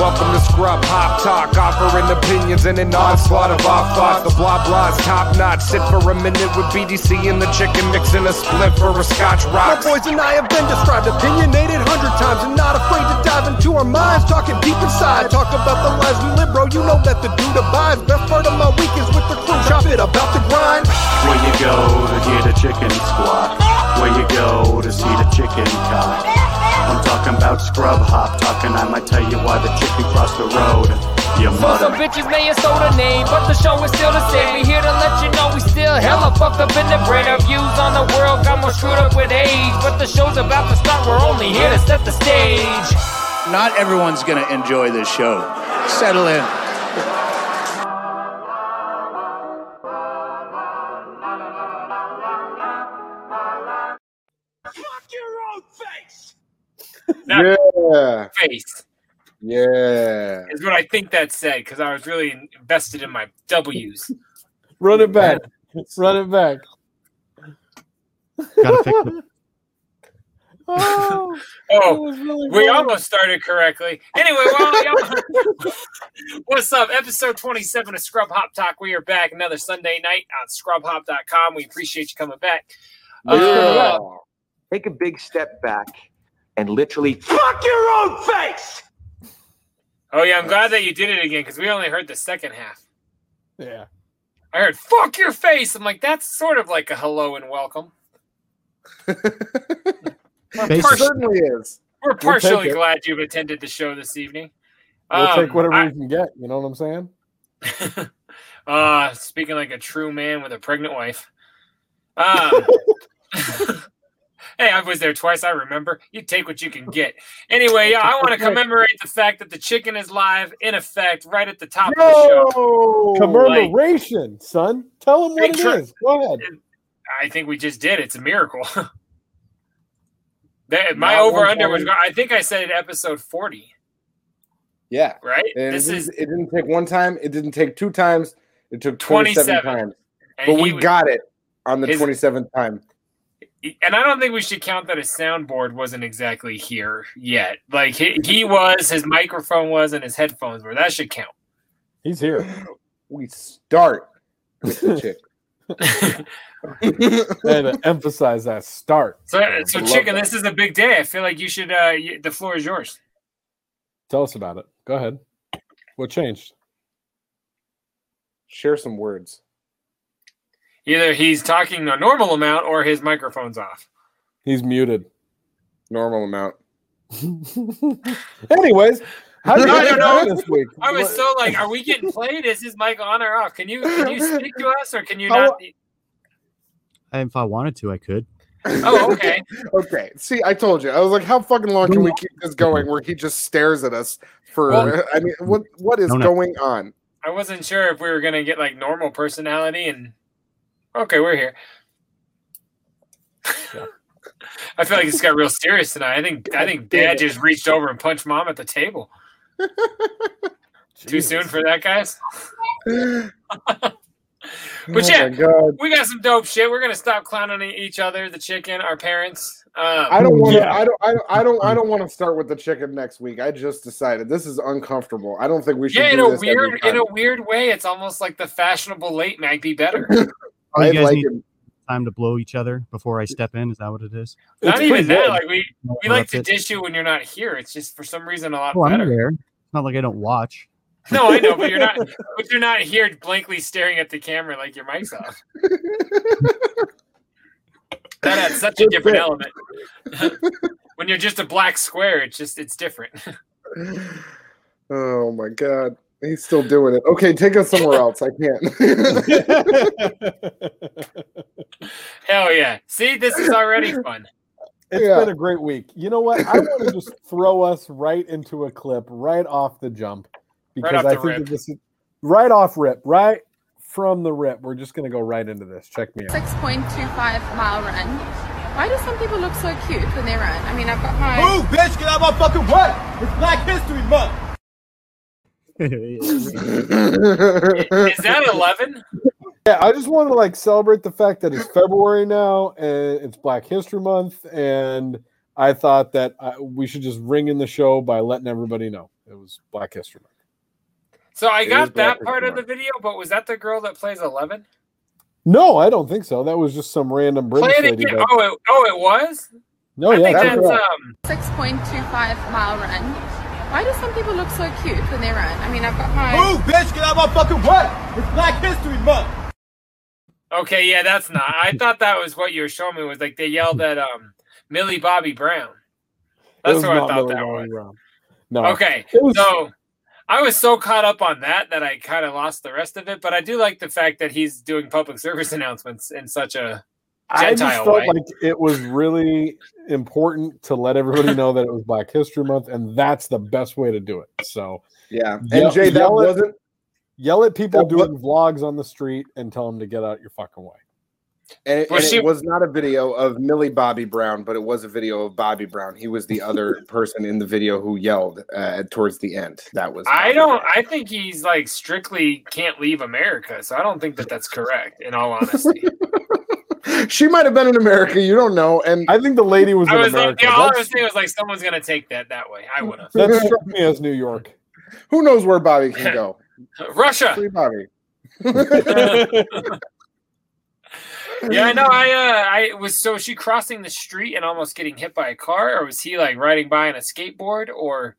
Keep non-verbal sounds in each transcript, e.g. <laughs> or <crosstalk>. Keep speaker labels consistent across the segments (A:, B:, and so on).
A: Welcome to Scrub Hop Talk, offering opinions and an onslaught of off thought. The blah blah's top notch. Sit for a minute with BDC and the chicken mix and a split for a scotch
B: My
A: rock.
B: boys and I have been described, opinionated hundred times, and not afraid to dive into our minds, talking deep inside. Talk about the lies we live, bro. You know that the dude abides. Best part of my week is with the crew. Drop it about the grind.
C: Where you go to get a chicken squat. Where you go to see the chicken cock. I'm talking about scrub hop talking. I might tell you why the chicken crossed the road. You
D: Some
C: mother.
D: bitches may have sold a name, but the show is still the same. We here to let you know we still hella fucked up in the brain. Our views on the world got more screwed up with age. But the show's about to start, we're only here to set the stage.
E: Not everyone's gonna enjoy this show. Settle in.
D: That
F: Yeah.
D: face
F: Yeah.
D: is what I think that said, because I was really invested in my W's.
F: Run it
G: <laughs>
F: back. Run it back.
G: Gotta fix it.
F: <laughs> Oh, that
D: Oh,
F: was really
D: we
F: good.
D: almost started correctly. Anyway, we're only on- <laughs> what's up? Episode 27 of Scrub Hop Talk. We are back another Sunday night on scrubhop.com. We appreciate you coming back.
F: Yeah.
D: Uh,
H: Take a big step back and literally fuck your own face.
D: oh, yeah, I'm glad that you did it again because we only heard the second half.
F: Yeah.
D: I heard, fuck your face. I'm like, that's sort of like a hello and welcome. we're,
F: It
G: Basically.
D: partially,
F: certainly is.
D: we're partially
F: it.
D: glad you've attended the show this evening.
F: We'll
D: Um,
F: take whatever
D: I-
F: we can get. You know what I'm saying?
D: <laughs> uh speaking like a true man with a pregnant wife um <laughs> hey i was there twice i remember you take what you can get anyway yeah i want to commemorate the fact that the chicken is live in effect right at the top of the show
F: No. Commemoration, son. Tell them what
D: Big
F: it
D: tr-
F: is. Go ahead.
D: i think we just did it's a miracle <laughs> that, my
F: Not
D: over under was
F: 120.
D: i think i said episode 40
F: Yeah.
D: right
F: And
D: this
F: it,
D: is
F: didn't, it didn't take one time. It didn't take two times. It took 27,
D: 27.
F: times.
D: and
F: But
D: he
F: we
D: was-
F: got it on the
D: His-
F: 27th time.
D: and I don't think we should count that his soundboard wasn't exactly here yet. Like he, he was, his microphone was, and his headphones were. That should
F: <laughs>
D: count.
F: He's here. We start.
D: <laughs>
F: with the chick. and emphasize that start.
D: So,
F: I
D: so
F: love
D: chicken,
F: that.
D: this is a big day. I feel like you should. Uh, you, the floor is yours.
F: Tell us about it. Go ahead. What changed? Share some words.
D: Either he's talking a normal amount or his microphone's off.
F: He's muted. Normal amount. Anyways, how did
D: No, I
F: you
D: don't know.
F: do this week?
D: I was
F: What-
D: so like, are we getting played? Is his mic on or off? Can you can you speak to us or can you
F: How-
D: not?
G: And if I wanted to, I could.
D: Oh, okay.
F: okay. See, I told you. I was like, how fucking long can we keep this going where he just stares at us for
D: Well-
F: I mean, what what is
G: No, no.
F: going on?
D: I wasn't sure if we were gonna get like normal personality and okay, we're here. <laughs> I feel like this got real serious tonight. I think I think Dad just reached over and punched Mom at the table. Too soon for that, guys. But
F: oh
D: yeah.
F: my God.
D: We got some dope shit. We're gonna stop clowning each other, the chicken, our parents. Um,
F: I don't want to.
G: Yeah.
F: I don't. I don't. I don't. I don't want to start with the chicken next week. I just decided this is uncomfortable. I don't think we should.
D: yeah, in
F: do
D: a
F: this
D: weird
F: every
D: in
F: time.
D: a weird way, it's almost like the fashionable late might be
F: <laughs>
D: better.
G: Oh,
F: I
G: you guys
F: like
G: need
F: it.
G: time to blow each other before I step in. Is that what it is?
D: Not
F: It's
D: even
F: pretty
D: that.
F: good.
D: Like we we like to
G: Interrupt it.
D: dish you when you're not here. It's just for some reason a lot
G: Oh,
D: <laughs>
G: I'm
D: better.
G: there. It's not like I don't watch. <laughs>
D: No, I know, but you're not. But you're not here blankly staring at the camera like your mic's
F: <laughs>
D: off. that had such a different element. <laughs> when you're just a black square, it's just it's different.
F: Oh my god, he's still doing it. Okay, take us somewhere else. I can't. <laughs>
D: Hell yeah! See, this is already
F: <laughs>
D: fun.
F: It's
I: It's
F: Yeah. been
I: been a great week. You know what? I want to just throw us right into a clip right off the jump
D: off
I: because I
D: the
I: think
D: rip.
I: that this is right off rip, right from the rip, we're just gonna go right into this. Check me out.
J: 6.25 mile run. Why do some people look so cute when they run? I mean, I've got my.
K: Move, bitch, get out of my fucking way! It's Black History Month!
D: Is that 11?
I: Yeah, I just want to like celebrate the fact that it's February now and it's Black History Month, and I thought that I, we should just ring in the show by letting everybody know it was Black History Month.
D: So I
I: It is
D: got
I: Black
D: that
I: History
D: part of the video, but was that the girl that plays 11?
I: No, I don't think so. That was just some random
D: Play
I: British
D: it
I: lady.
D: again.
I: that-
D: Oh, it, oh, it was?
I: no,
D: I
I: Oh, yeah,
D: think
I: that's
D: that's,
I: right.
D: um,
J: 6.25 mile run. Why do some people look so cute when they run? I mean, I've got my.
K: Move, bitch, get out of my fucking way! It's Black History Month!
D: um, okay, yeah, that's not. I thought that was what you were showing me was like they yelled at um Millie Bobby Brown.
I: It
D: That's
I: was
D: what I
I: not
D: thought
I: Millie
D: that was.
I: Bobby Brown. No.
D: Okay.
I: It was-
D: So I was so caught up on that that I kind of lost the rest of it, but I do like the fact that he's doing public service <laughs> announcements in such a
I: I
D: Gentile
I: just felt
D: way.
I: like it was really important to let everybody know that it was Black History Month, and that's the best way to do it. So
F: Yeah,
I: Yell-
F: and Jay, that
I: yell at-
F: wasn't
I: yell at people
F: That wa-
I: doing vlogs on the street and tell them to get out your fucking way.
F: and, it-
I: Well,
F: and
I: she-
F: it was not a video of Millie Bobby Brown, but it was a video of Bobby Brown. He was
D: <laughs>
F: the other person in the video who yelled uh, towards the end. That was
D: I don't. I think he's like strictly can't leave America, so I don't think that that's correct. In all honesty,
I: <laughs>
F: <laughs> she might have been in America. You don't know. And
I: I think the lady was
D: I
F: in
D: was like,
F: America.
D: yeah, all I was
F: That's-
D: saying was like, someone's gonna take that that way. I would have.
F: That
I: struck me as
D: <laughs>
I: New York.
F: Who knows where Bobby can go?
D: Russia.
I: <laughs>
F: Free Bobby.
D: Yeah, I know. I uh, I was so she crossing the street and almost getting hit by a car, or was he like riding by on a skateboard, or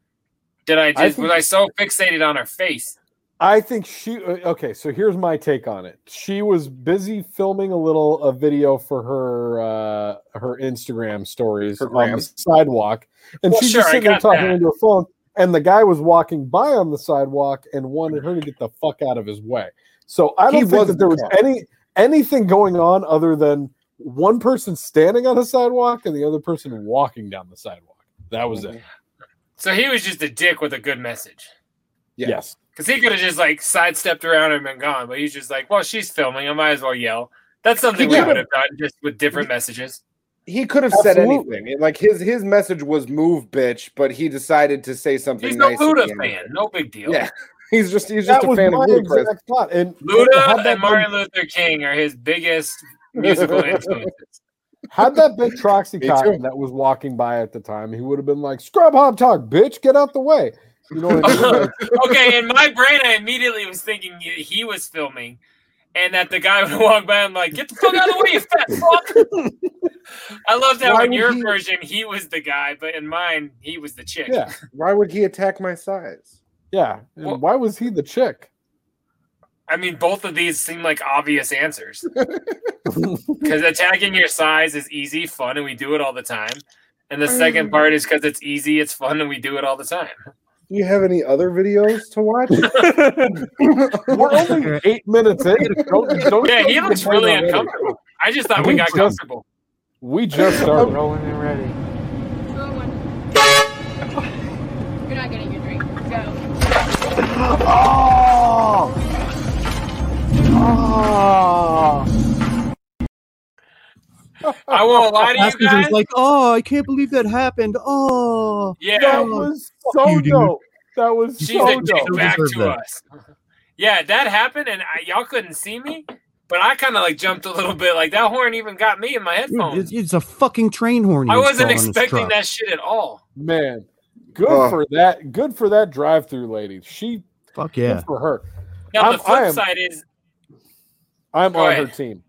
D: did I just
I: I think-
D: was I so fixated on her face?
I: I think she uh, okay. So here's my take on it. She was busy filming a little a video for her uh her Instagram stories on
F: gram.
I: the sidewalk, and
F: Well,
I: she's
F: sure,
I: just
F: I
I: sitting there
F: got
I: talking
F: that.
I: into her phone. And the guy was walking by on the sidewalk and wanted her to get the fuck out of his way. So I
F: He
I: don't think that
F: wasn't
I: there was
F: drunk.
I: any anything going on other than one person standing on the sidewalk and the other person walking down the sidewalk. That was
F: Mm-hmm.
I: it.
D: So he was just a dick with a good message.
I: Yes.
D: Because he could have just like sidestepped around and been gone, but he's just like, well, she's filming. I might as well yell. That's something we
F: Yeah.
D: would have done just with different messages.
F: He could have said
D: Absolutely.
F: anything. It- Like his his message was "move, bitch," but he decided to say something.
D: He's no
F: nice at the
D: Luda
F: end.
D: fan. No big deal.
F: Yeah, <laughs> he's just he's just a fan of Ludacris.
I: thought. And had
D: Luda
I: that
D: and Martin Luther King are his biggest musical influence.
I: Had that <laughs> been Troxy
D: Me
I: Cotton
D: too.
I: that was walking by at the time, he would have been like, "Scrub hop talk, bitch, get out the way." You know what I mean? <laughs> Like,
D: okay, in my brain, I immediately was thinking he he was filming and that the guy <laughs> would walk by and like, get the fuck out of the way, you fat fuck. I love that
F: Why
D: in
F: would
D: your
F: he-
D: version, he was the guy, but in mine, he was the chick.
I: yeah,
F: why would he attack my size?
I: yeah. And why was he the chick?
D: I mean, both of these seem like obvious answers. Because attacking your size is easy, fun, and we do it all the time. And the second part is because it's easy, it's fun, and we do it all the time.
F: Do you have any other videos to <laughs> watch?
I: <laughs> We're only eight minutes in. Don't, don't
D: yeah, he
I: don't
D: looks
I: complain
D: really
I: already.
D: uncomfortable. I just thought we
I: We
D: got
I: just-
D: comfortable.
I: We just <laughs> started.
D: Rolling and ready.
J: You're not getting your drink. Go.
B: Oh! Oh!
D: I won't lie to you
G: Aspen's
D: guys.
G: was like, oh, I can't believe that happened. Oh,
D: Yeah.
I: That
G: Oh,
I: was
G: fuck
I: so
G: you, dude.
I: dope. That was
D: She's
I: so
D: a
I: dope.
D: dick back to us. Yeah, that happened, and I, y'all couldn't see me, but I kind of like jumped a little bit. Like that horn even got me in my
G: Dude,
D: headphones.
G: it's, it's a fucking train horn.
D: Oh. I
G: you
D: wasn't
G: install on this
D: expecting
G: truck.
D: that shit at all.
I: Man, good
G: Oh.
I: for that. Good for that drive-through lady. She
G: Fuck
I: good
G: yeah.
I: for her.
D: Now
I: I'm,
D: the flip
I: I am,
D: side is
I: I'm
D: Go
I: on
D: ahead.
I: her team.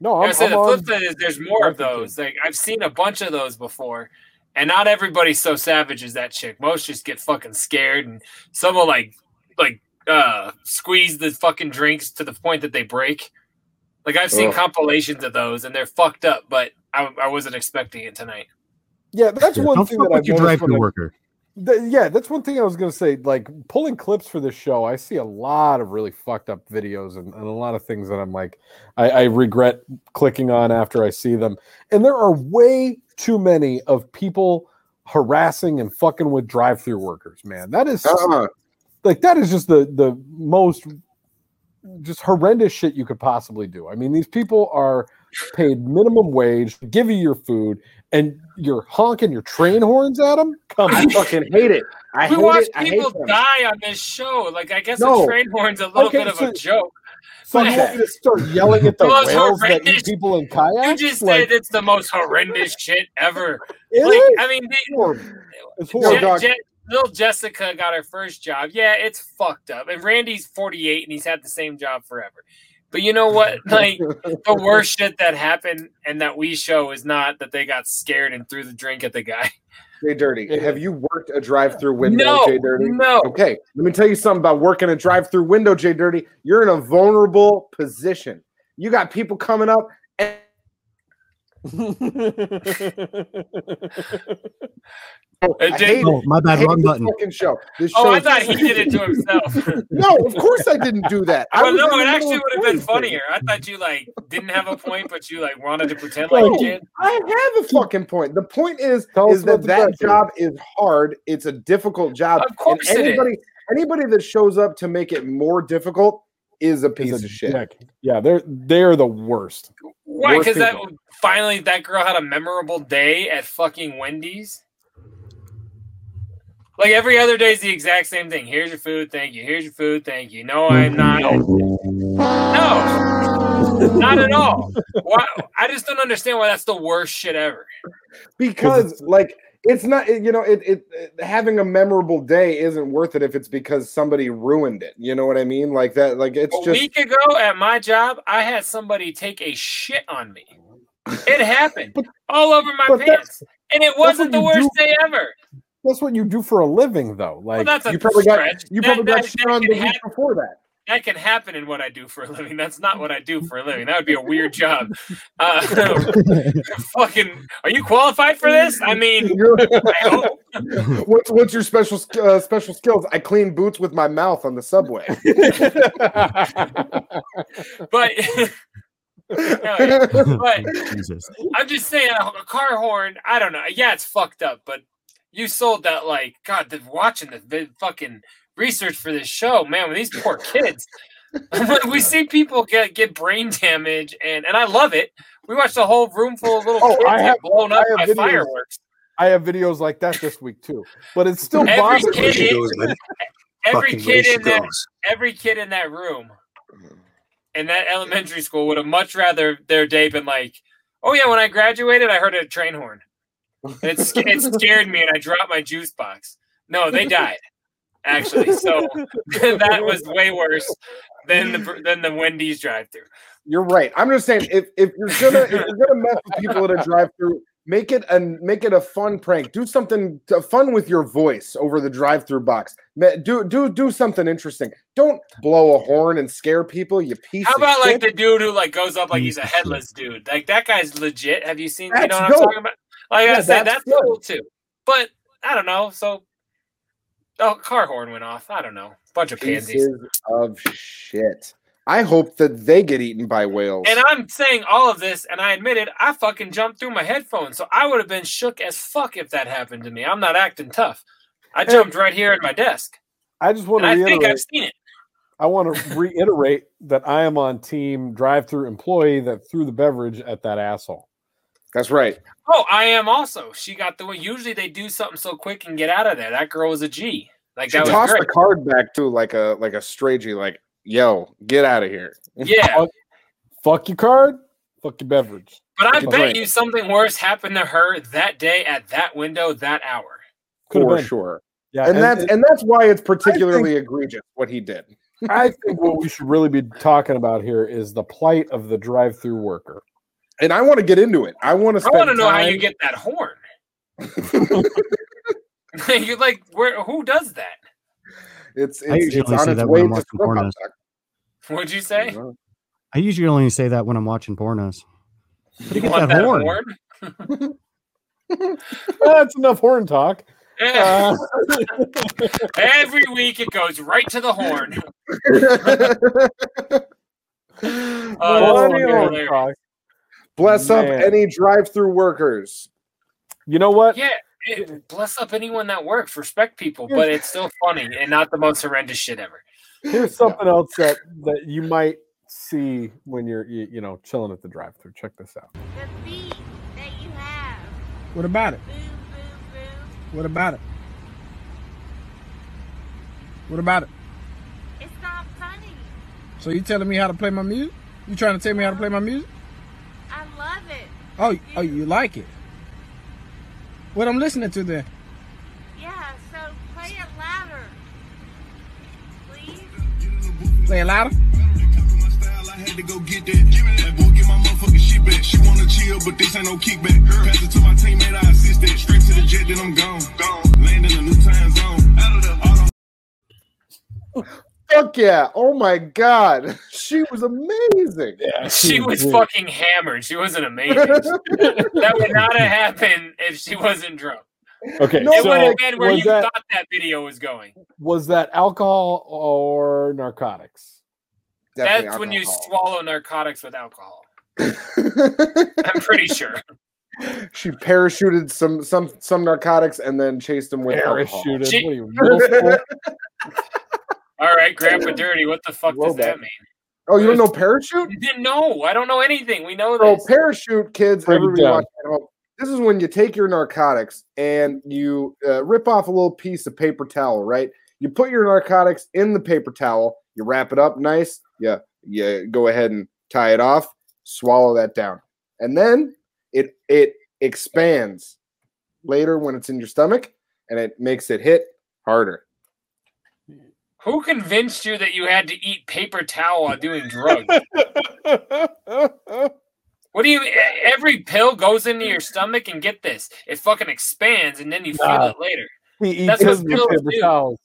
I: No,
D: i
I: I'm,
D: was saying the
I: I'm on.
D: flip side is there's more of those. Like I've seen a bunch of those before, and not everybody's so savage as that chick. Most just get fucking scared, and some will like like uh squeeze the fucking drinks to the point that they break. Like I've seen
I: Ugh.
D: compilations of those, and they're fucked up. But I, I wasn't expecting it tonight.
I: Yeah, that's
G: Yeah,
I: one
G: don't
I: thing
G: fuck
I: that I've
G: with your
I: noticed
G: drive-through
I: when I-
G: worker.
I: Th- yeah, that's one thing I was gonna say. Like pulling clips for this show, I see a lot of really fucked up videos and, and a lot of things that I'm like, I, I regret clicking on after I see them. And there are way too many of people harassing and fucking with drive-through workers. Man, that is
F: Uh-uh.
I: like that is just the the most just horrendous shit you could possibly do. I mean, these people are paid minimum wage, give you your food, and you're honking your train horns at them. Come
F: I
I: on.
F: fucking hate it. I
D: we
F: hate
D: watch
F: it. I hate
D: people
F: them.
D: die on this show. Like I guess
I: No.
D: the train horn's a little
I: Okay,
D: bit of
I: so-
D: a joke.
I: So you want me to start yelling at the
D: The most
I: whales that
D: horrendous-
I: eat people in kayaks?
D: You just
I: Like,
D: said it's the most horrendous shit ever.
I: It
D: like,
I: is.
D: I mean,
I: <laughs>
D: they,
I: it's
F: <laughs>
I: horrible.
D: Je- Je- little Jessica got her first job. Yeah, it's fucked up. And Randy's 48 and he's had the same job forever. But you know
F: <laughs>
D: what? Like the worst shit that happened and that we show is not that they got scared and threw the drink at the
F: <laughs>
D: guy.
F: Jay Dirty, have you worked a drive-through window,
D: No,
F: Jay Dirty?
D: no.
F: Okay, let me tell you something about working a drive-through window, Jay Dirty. You're in a vulnerable position. You got people coming up. And- I
D: did-
F: hate
G: Oh, my bad,
F: I hate
G: wrong
F: this
G: button.
F: Fucking show. This
D: Oh,
F: show
D: I
F: is-
D: thought he did it to
F: <laughs>
D: himself.
F: No, of course I didn't do that. I
D: <laughs> Well,
F: was
D: no,
F: in the
D: it
F: middle
D: actually
F: of
D: would have been
F: doing
D: funnier. I thought you like didn't have a point, but you like wanted to
F: <laughs>
D: pretend like
F: No,
D: you did.
F: I have a fucking point. The point is,
I: Tell us
F: is that
I: about the
F: that
I: drive-thru.
F: job is hard. It's a difficult job.
D: Of course
F: and
D: it is.
F: anybody, anybody that shows up to make it more difficult is a piece of shit.
I: Heck, Yeah, they're they're the worst.
D: Why?
I: Worst
D: Because that
I: people.
D: finally that girl had a memorable day at fucking Wendy's. Like every other day is the exact same thing. Here's your food, thank you. Here's your food, thank you. No, I'm not. No, not at all. Why? I just don't understand why that's the worst shit ever.
F: because like it's not it- you know it, it it- having a memorable day isn't worth it if it's because somebody ruined it you know what i mean like that like it's
D: a
F: just <laughs>
D: week ago at my job, I had somebody take a shit on me. It happened all over my
I: but
D: pants, and it wasn't the
I: what you
D: worst
I: do-
D: day ever.
I: That's what you do for a living, though. Like
D: that's a
F: you probably got
D: stretch.
F: you
D: That-
F: probably got
D: that-
F: shit
D: that
F: on the
D: can
F: week
D: happen.
F: before that
D: that can happen in what I do for a living. That's not what I do for a living. That would be a weird job. Uh, <laughs> fucking, are you qualified for this? I mean, I hope.
F: what's what's your special sk- uh, special skills i clean boots with my mouth on the subway
D: but <laughs> Hell yeah. but
G: <laughs>
D: I'm just saying, a, a car horn. I don't know. Yeah, it's fucked up, but you sold that like God. The, watching the, the fucking research for this show, man. With these poor kids, <laughs> Like, we see people get get brain damage, and and I love it. We watched a whole room full of little
I: Oh,
D: kids
I: I have-
D: get blown
I: I
D: up
I: have
D: by
I: videos.
D: fireworks.
I: <laughs> I have videos like that this week too, but it still
D: Every
I: bothers
D: kid
I: me.
D: is- Every
I: Fucking
D: kid
I: way
D: in
I: she
D: that
I: goes. Mm.
D: every kid in that room in that elementary school would have much rather their day been like, oh yeah, when I graduated, I heard a train horn. And it, sc- it scared me and I dropped my juice box. No, they died, actually. So <laughs> that was way worse than
I: <laughs>
D: the than the Wendy's drive through.
F: You're right. I'm just saying if if you're gonna if you're gonna mess with people at a drive-through, make it a make it a fun prank. Do something to, fun with your voice over the drive-through box. Ma- Do do do something interesting. Don't blow a horn and scare people. You piece.
D: How
F: of
D: about like
F: shit.
D: the dude who like goes up like he's a headless dude? Like that guy's legit. Have you seen? you
F: That's
D: know what
F: dope.
D: I'm talking about? Like
F: Yeah,
D: I said,
F: that's
D: that's, cool too. But I don't know. So, oh, car horn went off. I don't know. Bunch of pansies.
F: pieces of shit? I hope that they get eaten by whales.
D: And I'm saying all of this, and I admit it. I fucking jumped through my headphones, so I would have been shook as fuck if that happened to me. I'm not acting tough. I jumped right here at my desk,
I: I just want
D: and
I: to
D: I
I: reiterate.
D: think I've seen it.
I: I want to reiterate that I am on team drive-through employee that threw the beverage at that asshole.
F: That's right.
D: Oh, I am also. She got the one. Usually they do something so quick and get out of there. That girl was a G. Like
F: she
D: that was
F: tossed
D: great.
F: the card back too, like a like a stragy, like yo, get out of here.
D: Yeah.
I: Fuck, fuck your card. Fuck your beverage.
D: But I
F: Fucking
D: bet
F: drink.
D: you something worse happened to her that day at that window that hour.
I: Could've
F: for
I: been.
F: sure.
I: Yeah,
G: Uh,
F: and,
I: and-
F: that's
I: and-
F: and that's why it's particularly egregious what he did.
I: I think what we should really be talking about here is the plight of the drive-through worker.
F: And I want to get into it. I want
D: I
F: to. Spend
D: want to know how
F: time-
D: you get that horn. <laughs> You're like, where? Who does that?
F: It's
G: I
F: it's, it's
G: usually
F: on
G: say
F: its
G: that
F: way
G: when I'm
F: to
G: watching pornos.
D: What'd you say?
G: I usually only say that when I'm watching pornos.
D: You
G: get
D: want
G: that
D: that horn?
G: horn? <laughs>
I: that's enough
D: <laughs>
I: horn talk. Uh,
D: Yeah. Every week it goes right to the horn. Oh,
I: Horn
D: that's
I: horn
D: hilarious.
I: talk.
F: <laughs> Bless
I: Man.
F: up any drive-through workers.
I: You know what?
D: yeah, it- bless up anyone that works. Respect people, but it's still funny and not the most horrendous shit ever. <laughs>
I: Here's something else that that you might see when you're you, you know chilling at the drive-through. Check this out.
L: What about it? What about it? What about it?
M: It's not funny.
L: So you telling me how to play my music? You trying to tell me how to play my music?
M: I love it.
L: Oh, y- oh, you like it? What I'm listening to then?
M: Yeah, so play it louder. Please?
L: Play it louder.
C: had to go get that. Give me that boy, get my motherfucking shit back. She wanna chill, but this ain't no kickback. Pass it to my teammate, I assist that. Straight to the jet, then I'm gone. Gone. Land in a new time zone. Out of the auto.
F: Fuck yeah. Oh my God. <laughs> She was amazing.
I: <laughs>
D: Yeah, She was fucking hammered. She wasn't amazing. that would not have happened if she wasn't drunk.
I: Okay,
D: it
I: so
D: would have been where
I: was
D: you
I: that-
D: thought that video was going.
I: Was that alcohol or narcotics?
D: That's when you swallow narcotics with alcohol. I'm pretty sure.
F: <laughs> She parachuted some some some narcotics and then chased him with
D: Parachuted? She- What are you, <laughs>
F: alcohol.
D: middle All right, Grandpa Dirty, what the fuck does that mean?
F: oh, you don't know parachute?
D: You didn't know. I don't know anything. We know
F: So
D: this.
F: parachute kids,
D: Break it
F: everybody
D: down.
F: watching at home. This is when you take your narcotics and you uh, rip off a little piece of paper towel, right? You put your narcotics in the paper towel, you wrap it up nice, yeah, yeah. Go ahead and tie it off, swallow that down, and then it it expands later when it's in your stomach, and it makes it hit harder.
D: Who convinced you that you had to eat paper towel while doing drugs?
F: <laughs>
D: what do you? e, Every pill goes into your stomach, and get this, it fucking expands, and then you feel
F: Nah.
D: it later.
I: He
D: That's what pills do.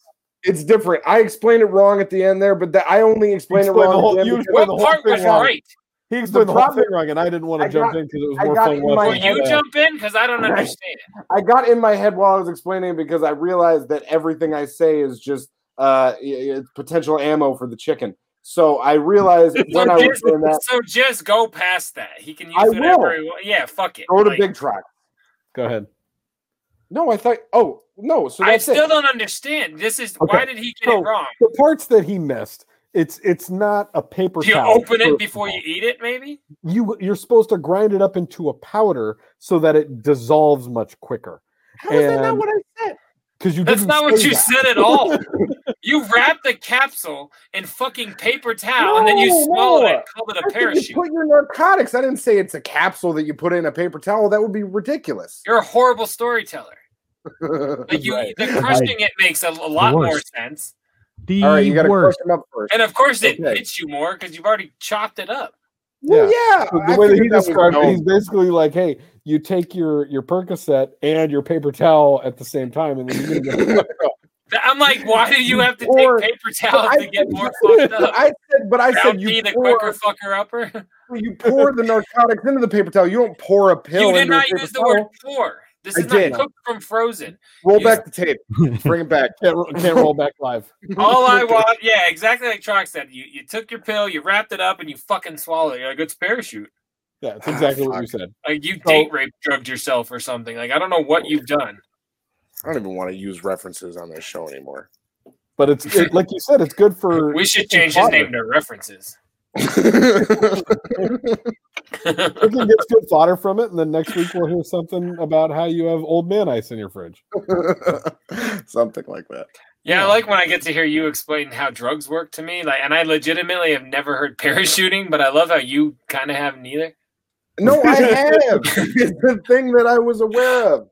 F: It's different. I explained it wrong at the end there, but that I only explained,
I: explained
F: it
I: the
F: wrong.
I: whole-
F: at the
I: you
F: end because-
I: explained the whole What part thing was wrong. right? He explained the, whole
F: problem-
I: thing wrong, and I didn't want
F: I
I: to jump
F: got-
I: in because it was
F: I
I: more
F: got
I: fun
F: in
I: watching.
F: my
D: Will you
I: that.
D: jump in? Because I don't understand.
F: I got in my head while I was explaining because I realized that everything I say is just uh, y- y- potential ammo for the chicken. So I realized when I
D: So
F: was
D: just,
F: doing that,
D: so just go past that. He can use
F: I
D: it whatever
F: will.
D: he wants. Yeah, fuck it.
F: go to
D: Like,
F: Big Truck.
I: Go ahead.
F: No, I thought. Oh no, so
D: I
F: that's
D: still
F: it.
D: don't understand. This is
I: Okay,
D: why did he get
I: so
D: it wrong?
I: The parts that he missed, it's it's not a paper
D: Do you
I: towel.
D: open
I: first
D: it
I: of
D: before
I: all.
D: you eat it? Maybe.
I: you you're supposed to grind it up into a powder so that it dissolves much quicker. How is that not what
F: I said?
I: Because you
D: That's
I: didn't
D: not what
I: say
D: you
I: that.
D: said at
F: <laughs>
D: all. you wrapped the capsule in fucking paper towel, and then you
F: No,
D: swallowed
F: no.
D: it. Called it
F: I
D: a
F: said You
D: parachute.
F: put your narcotics. I didn't say it's a capsule that you put in a paper towel. That would be ridiculous. <laughs>
D: You're a horrible storyteller. Like you,
F: <laughs> Right.
D: the crushing it makes a, a lot more
F: worst.
D: sense.
G: The
F: All right, you got to crush
G: worst.
F: them up first.
D: And of course, it
F: Okay.
D: hits you more because you've already chopped it up.
F: Well, yeah.
I: So
F: I
I: the way that he
F: figured that was
I: described it,
F: known.
I: <laughs> he's basically like, "Hey, you take your your Percocet and your paper towel at the same time, and then you're gonna get
D: Th- I'm like, why do you have to
I: Or-
D: take paper towels
I: I
D: to get more
F: <laughs>
D: fucked up?
F: I said, but I said
D: Round
F: you
D: B, the
F: pour-
D: quicker fucker upper.
F: you pour the narcotics into the paper towel. You don't pour a pill.
D: You did
F: into a
D: not
F: paper
D: use the
F: towel.
D: word pour. This
F: I
D: is not
F: did.
D: cooked from
F: <laughs>
D: frozen.
F: Roll back the tape.
G: <laughs>
F: Bring it back.
I: can't, ro- can't roll back live."
D: All I want, yeah, exactly like Trox said. You you took your pill, you wrapped it up, and you fucking swallowed it. You're like it's parachute.
I: Yeah,
F: Ah,
I: that's exactly what you said.
D: Like you
I: So-
D: date rape drugged yourself or something. Like I don't know what you've done.
F: I don't even want to use references on this show <laughs> anymore.
I: But it's it, like you said, it's good
D: <laughs>
I: for.
D: We should change his name to references. <laughs>
I: Chicken gets good fodder from it, and then next week we'll hear something about how you have old man ice in your fridge.
F: Something like that.
D: Yeah, I like when I get to hear you explain how drugs work to me. Like, and I legitimately have never heard parachuting, but I love how you kind of have neither.
F: No, <laughs> I have. it's the thing that I was aware of.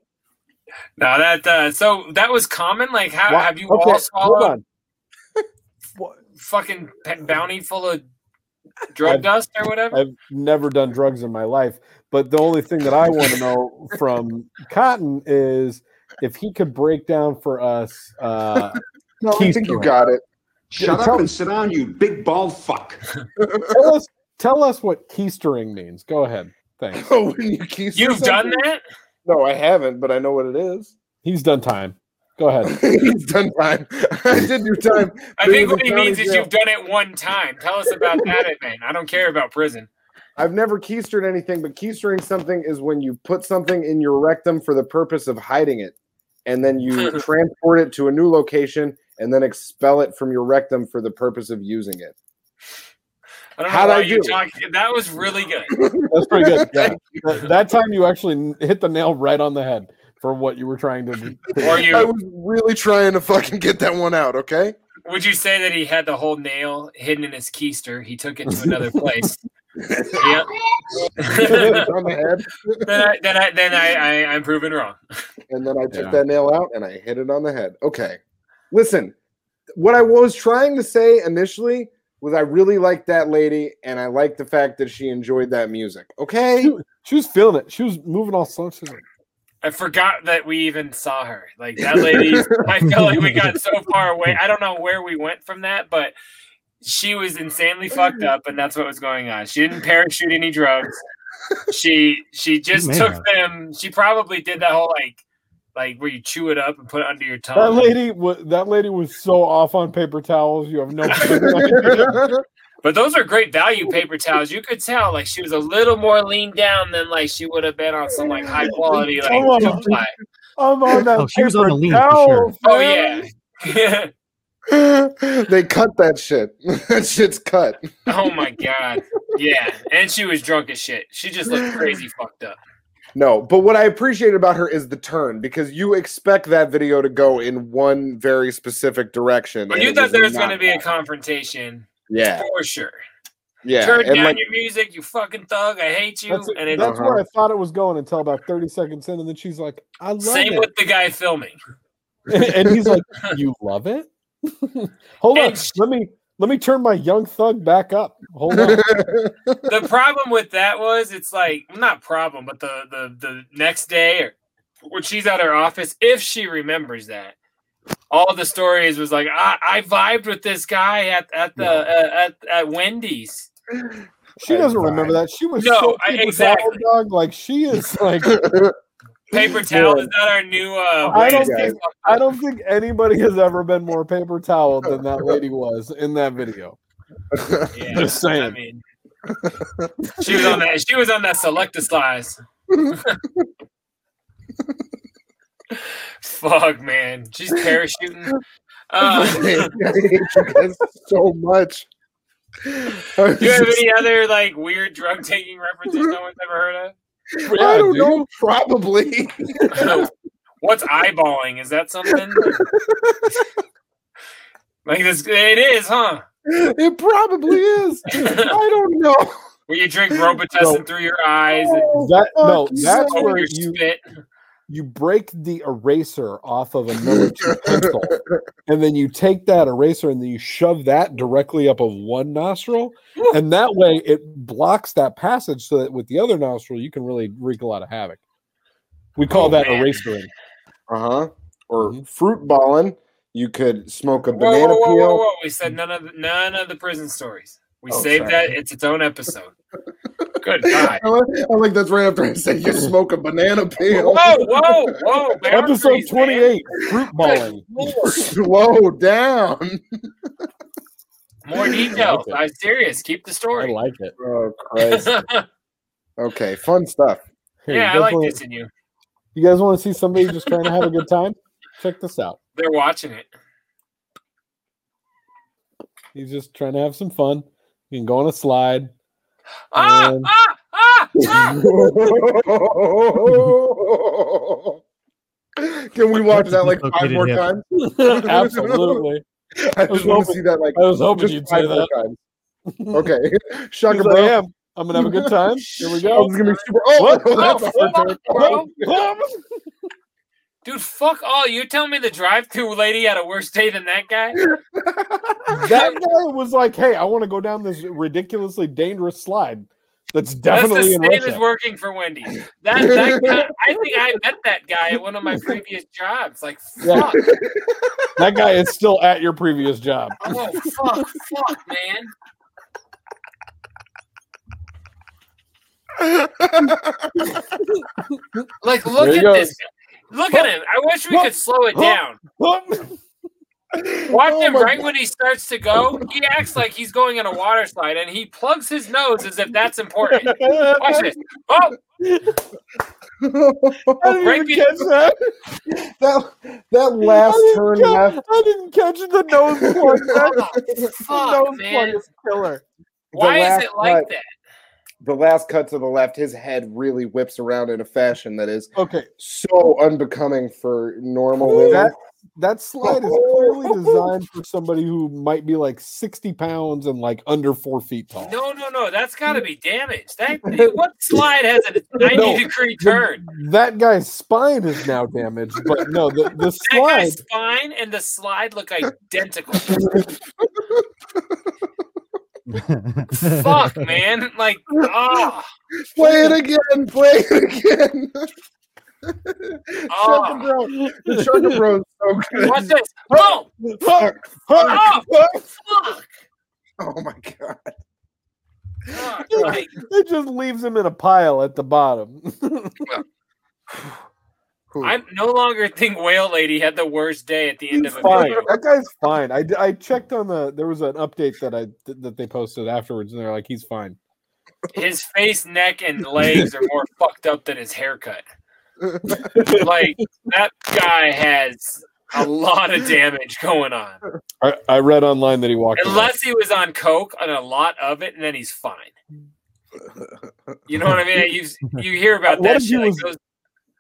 D: No, that uh, so that was common. Like, how
F: Wha-
D: Uh, have you
F: okay,
D: all
F: hold
D: swallowed
F: on.
D: fucking pe- bounty full of drug
I: I've-
D: dust or whatever?
I: I've never done drugs in my life, but the only thing that I want to know from Cotton is if he could break down for us. Uh,
F: No, I think you got it. <laughs>
I: Shut up and
N: sit down, you big bald fuck.
I: tell us, tell us what keystering means. Go ahead. Thanks.
F: Oh, when you keys
D: You've done that?
F: No, I haven't, but I know what it is. <laughs>
I: He's done time. Go ahead.
F: He's done time. <laughs> I did do time.
D: I
F: There
D: think
F: was a
D: what he
F: county
D: means is
F: jail.
D: you've done it one time. Tell us
F: <laughs>
D: about that event. I don't care about prison.
F: I've never keistered anything, but keistering something is when you put something in your rectum for the purpose of hiding it, and then you transport it to a new location, and then expel it from your rectum for the purpose of using it.
D: I don't know
F: How'd
D: why
F: I
D: you
F: do?
D: talk. That was really good.
F: <laughs>
I: That's
N: <laughs>
I: pretty good. Yeah. That- that time you actually n- hit the nail right on the head for what you were trying to do.
D: Or you-
F: I was really trying to fucking get that one out, okay?
D: Would you say that he had the whole nail hidden in his keister? He took it to another
F: <laughs>
D: place. yeah.
F: on the head.
D: <laughs> then I, then, I, then I, I, I'm proven wrong.
F: and then I took
D: Yeah.
F: that nail out and I hit it on the head. Okay. Listen, what I was trying to say initially was I really liked that lady and I liked the fact that she enjoyed that music. Okay. <laughs> She,
I: was feeling it. She was moving all slow. She's like,
D: I forgot that we even saw her. Like
I: <laughs>
D: that lady, I felt like we got so far away. I don't know where we went from that, but she was insanely fucked up, and that's what was going on. She didn't parachute any drugs. She she just
I: may
D: took
I: have.
D: them. She probably did that whole like like where you chew it up and put it under your tongue.
I: That lady was that lady was so off on paper towels. You
N: <laughs>
I: have no.
D: But those are great value paper towels. You could tell like she was a little more leaned down than like she would have been on some like high quality like.
I: I'm on,
D: Tupla.
I: I'm on that.
G: Oh, she was on
I: paper
G: the lean, for
I: towel,
G: sure.
D: Oh
I: man.
D: yeah. <laughs> Yeah.
F: <laughs> they cut that shit. <laughs> that shit's cut.
D: Oh my god. Yeah. And she was drunk as shit. She just looked crazy fucked up.
F: No, but what I appreciate about her is the turn because you expect that video to go in one very specific direction.
D: But
F: and
D: you
F: it
D: thought
F: was
D: there was
F: not-
D: going to be a confrontation.
F: Yeah.
D: For sure.
F: Yeah.
D: Turn
F: and
D: down
F: like-
D: your music, you fucking thug. I hate you.
I: That's,
D: and it,
I: that's where I thought it was going until about 30 seconds in, and then she's like, I love
D: Same
I: it.
D: with the guy filming.
I: <laughs> and he's
D: <laughs>
I: like, You love it? <laughs> Hold on. Let me let me turn my young thug back up. Hold
G: <laughs>
I: on. <laughs>
D: the problem with that was it's like not problem, but the the the next day or when she's at her office, if she remembers that, all the stories was like I, I vibed with this guy at at the uh, at at Wendy's.
I: She doesn't remember that. She was
D: No,
I: so
D: I-
I: paper towel,
D: exactly.
I: dog. Like she
G: <laughs>
I: is like
G: Oh,
D: Paper towel is not our new. Uh,
I: I don't,
D: Wendy's.
I: think, I don't think anybody has ever been more paper towel than that lady was in that
G: <laughs>
I: video.
D: Yeah,
I: <laughs> Just saying.
D: I mean, she was on that. She was on that selecta size. <laughs> Fuck, man, she's parachuting. Uh,
I: <laughs>
F: I hate you guys so much. <laughs> I
D: do you have any other like weird drug taking references no one's ever heard
F: I don't know. Probably. <laughs>
D: of? <laughs> What's eyeballing? Is that something? <laughs> like this? It is, huh? <laughs>
F: It probably is. I don't know.
D: Where you drink Robitussin
I: No.
D: through your eyes? And
I: That no,
D: Fuck
I: that's
D: you.
I: where
D: Your
I: you
D: spit.
I: you break the eraser off of a
F: <laughs>
I: military pencil, and then you take that eraser and then you shove that directly up of
F: <laughs>
I: one nostril, and that way it blocks that passage so that with the other nostril you can really wreak a lot of havoc. We call
F: Oh,
I: that
F: man.
I: erasering.
F: Uh
D: Uh-huh.
F: huh. Or fruit balling. You could smoke a
D: Whoa,
F: banana
D: whoa, whoa,
F: peel.
D: whoa, whoa! We said none of the, none of the prison stories. We
F: Oh,
D: saved
F: sorry.
D: that. It's its own
I: <laughs>
D: episode. Good God!
F: I like- I like that's right after I say
I: <laughs>
F: you smoke a banana peel.
D: Whoa, whoa,
F: <laughs>
D: whoa!
F: Episode
D: boundaries, man.
F: 28 Fruit balling.
I: <laughs>
F: Slow down.
I: <laughs>
D: More details. I'm serious. Keep the story. <laughs>
I: like it.
F: Oh,
I: <laughs>
F: Christ. okay, fun stuff.
D: yeah, I like this in you.
I: You guys want to see somebody just trying to have a good time? Check this out.
D: They're watching it.
I: Oh, He's just trying to have some fun. You can go on
D: <laughs>
I: a slide.
D: Ah,
I: and-
D: ah,
I: <laughs>
D: ah, ah.
F: Can we watch that like five
I: Dislocated
F: more
I: hip.
F: times?
I: Absolutely.
F: I
I: was
F: just want to
I: hoping-
F: see that like
I: I was hoping
F: just
I: you'd
F: five
I: say
F: more
I: that.
F: times.
I: <laughs>
F: Okay, <laughs>
I: He's
F: Shaka
I: like,
F: bro.
I: "Yeah, I'm- I'm gonna have a good time.
F: <laughs>
I: Here we
F: Oh,
I: go.
F: this is gonna be super. Oh, <laughs>
I: What?
F: that's a hard turn.
D: Dude, fuck all. You tell me the drive-through lady had a worse day than that guy?
I: that guy was like, "Hey, I want to go down this ridiculously dangerous slide." That's definitely
D: That's the same
I: in
D: as
I: Russia.
D: working for Wendy's. That, that guy, I think I met that guy at one of my previous jobs. Like,
I: Yeah.
D: fuck.
I: that guy is still at your
D: <laughs>
I: previous job.
D: Oh, fuck, fuck, man. Like,
I: There
D: look
I: he
D: at
I: goes.
D: this. guy. Look at him. I wish we could slow it down. Watch
I: Oh
D: him
I: my
D: right
I: God.
D: when he starts to go. He acts like he's going on a water slide
I: <laughs>
D: and he plugs his nose as if that's important. Watch this. Oh!
F: didn't even catch that. That that last turn left. I didn't catch the nose plug. <laughs>
D: Fuck, man.
F: killer.
D: Why is it like that?
F: The last cut to the left, his head really whips around in a fashion that is okay so unbecoming for normal living.
I: That that slide is
F: <laughs>
I: clearly designed for somebody who might be like 60 pounds and like under four feet tall.
D: No, no, no. That's got to be damaged.
I: <laughs>
D: That, what slide has a 90
I: No,
D: degree
I: the-
D: turn?
I: that guy's spine is now damaged, but no, the,
D: <laughs>
I: the
D: That
I: slide.
D: guy's spine and the slide look
I: <laughs>
D: identical. Fuck, man.
I: <laughs>
D: Like, ah.
F: Play it again. Play it again. <laughs>
D: ah.
F: Chuck Bro, the Chuck Bro is so
I: <laughs>
F: good.
D: What's this?
F: Fuck, fuck, fuck, fuck.
D: Fuck.
F: <laughs> Oh my god.
I: It, it just leaves him in a pile at the bottom. <laughs>
D: I no longer think Whale Lady had the worst day at the end of a
I: fine.
D: video.
I: That guy's fine. I, d- I checked on the. There was an update that I that they posted afterwards, and they're like, he's fine.
D: His face, neck, and legs are more fucked up than his haircut. Like, that guy has a lot of damage going on.
I: I, I read online that he walked. away.
D: Unless he was on coke and a lot of it, and then he's
F: <laughs>
D: fine. You know what I mean? You you hear about
I: <laughs> What
D: that
I: if he
D: shit. Like
I: was-
D: those,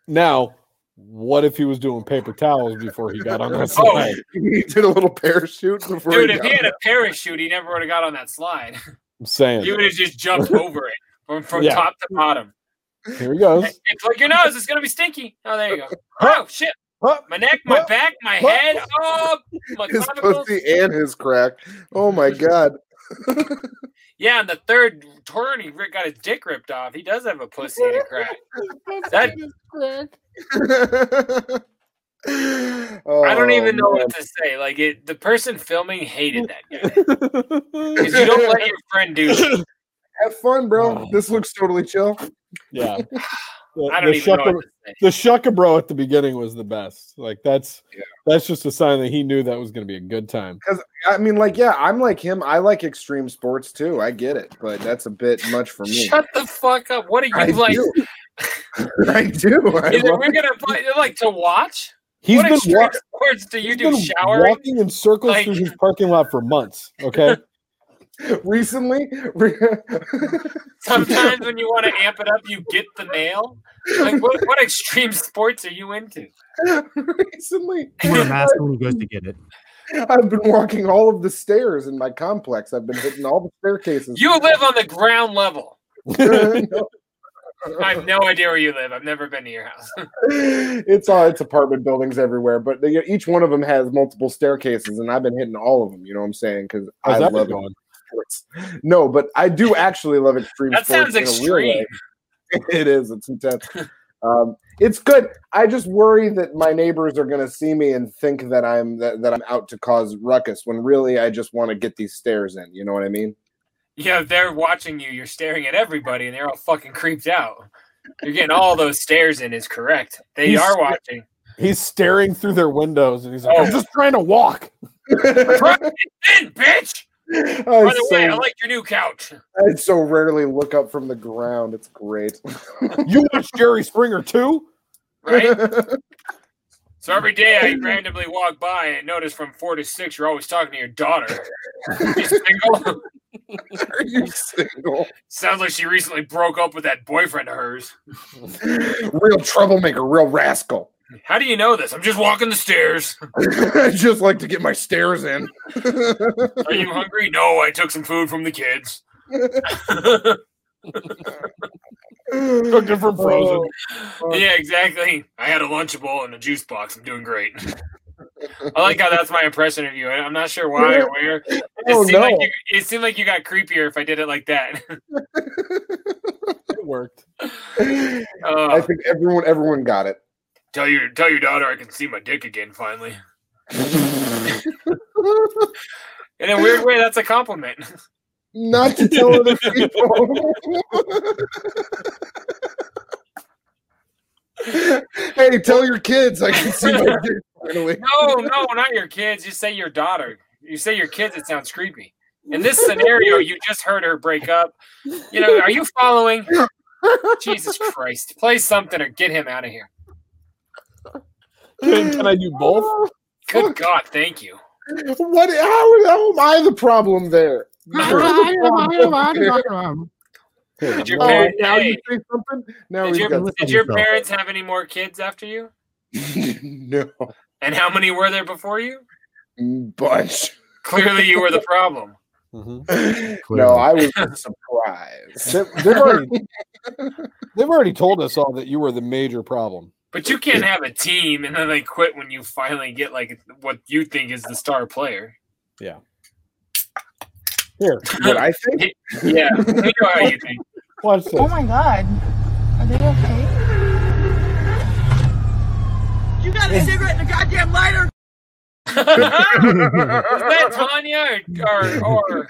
I: Now, what if he was doing paper towels before he got on that
D: <laughs> Oh.
I: slide?
F: he did a little parachute before
D: dude, if he had a parachute, he never would have got on that slide.
I: I'm saying.
D: He would have just
F: <laughs>
D: jumped over it from, from
I: Yeah.
D: top to bottom.
I: Here he goes.
D: Hey, plug your nose. It's gonna be stinky. Oh, there you go. Oh shit! My neck, my back, my
F: Huh.
D: head. Oh, my
F: <laughs> his
D: clavicles.
F: pussy and his crack. Oh my god. <laughs>
D: Yeah, and the third turn, he ri- got his dick ripped off. He does have a pussy and a crack.
I: <laughs>
D: That I
F: Oh,
D: don't even know what to say. Like it, the person filming hated that guy
I: <laughs>
D: because <laughs> you don't let your friend do. Shit.
F: Have fun, bro.
D: Oh.
F: This looks totally chill.
I: Yeah. The,
D: I don't
I: the
D: even know
I: shucka-
D: what to say.
I: the shucka bro at the beginning was the best. Like that's that's just a sign that he knew that was going to be a good time.
F: Because I mean, like, yeah, I'm like him. I like extreme sports too. I get it, but that's a bit much for me.
D: Shut the fuck up! What are you
F: <laughs> I
D: like?
F: do. <laughs> I do. I
D: Is it,
F: love
D: we're gonna play like to watch.
I: He's
D: what
I: been
D: extreme
I: walk-
D: sports do you
I: He's
D: do?
I: been
D: Showering?
I: <laughs> walking in circles through his parking lot for months. Okay,
D: <laughs>
F: it. recently. <laughs> re-
D: Sometimes when you want to amp it up, you get the nail. Like what, what extreme sports are you into?
F: recently,
G: You wear a mask when he goes to get it.
F: I've been walking all of the stairs in my complex. I've been hitting all the staircases. <laughs>
D: You live on the ground level.
F: No.
D: I have no idea where you live. I've never been to your house.
F: it's all it's apartment buildings everywhere, but they, each one of them has multiple staircases, and I've been hitting all of them. You know what I'm saying? Because
I: How's
F: I
I: that been
F: love
I: going?
F: sports. No, but I do actually love extreme.
D: That
F: sports
D: sounds
F: in a real way.
D: extreme.
F: <laughs> It is. It's intense. Um, it's good. I just worry that my neighbors are going to see me and think that I'm that, that I'm out to cause ruckus when really I just want to get these stairs in. You know what
D: <laughs>
F: I mean?
D: Yeah, they're watching you. You're staring at everybody, and they're all fucking creeped out. You're getting all those stares in. Is correct. They
I: He's-
D: are watching.
I: he's staring through their windows and he's like,
D: Oh.
I: "I'm just trying to walk."
D: In, bitch.
F: I
D: By the way, I
F: so-
D: like your new couch.
F: I so rarely look up from the ground. It's great.
I: you watch Jerry Springer too?
F: <laughs>
D: Right? So every day I randomly walk by and notice from four to six you're always talking to your daughter. You single?
F: Are you single?
D: Sounds like she recently broke up with that boyfriend of hers.
F: real troublemaker, real rascal. <laughs>
D: How do you know this? I'm just walking the stairs.
F: I just like to get my stairs in.
D: Are you hungry? No, I took some food from the kids.
F: <laughs>
I: Cooked it from
F: Oh.
I: Frozen.
D: yeah, exactly. I had a Lunchable and a juice box. I'm doing great. I like how that's my impression of you. I- I'm not sure why or where. It,
F: Oh,
D: seemed like
F: no.
D: you, it seemed like you got creepier if I did it like that. <laughs>
I: It worked.
F: I think everyone everyone got it.
D: Uh, Tell your tell your daughter I can see my dick again finally. In a weird way, that's a compliment.
F: Not to tell other
I: <laughs>
F: people. <laughs> hey, tell your kids I can see my dick finally.
D: No, no, not your kids. You say your daughter. You say your kids. It sounds creepy. In this scenario, you just heard her break up. You know, are you following? Jesus Christ. Play something or get him out of here.
I: Can, can I do both?
D: Good God, thank you.
F: <laughs> What? How, how am I the problem there? You're the problem there.
D: Did your
F: Oh,
D: parents,
F: now
D: hey,
F: you say something? Now
D: did
F: he's
D: your,
F: got
D: did
F: something
D: your
F: to say.
D: parents have any more kids after you?
F: <laughs> no
D: And how many were there before you?
G: <laughs>
F: bunch.
D: Clearly, you
F: <laughs>
D: were the problem.
F: No, I was surprised.
I: They,
F: <laughs>
I: have already, they've already told us all that you were the major problem.
D: But you can't have a team and then they quit when you finally get like what you think is the star player.
I: Yeah. Here,
F: what I think?
D: <laughs> Yeah, we know how you
F: <laughs>
D: think.
I: Watch this.
O: Oh my god. Are they okay?
K: You got a cigarette and a goddamn lighter?
D: Is that Tanya or, or, or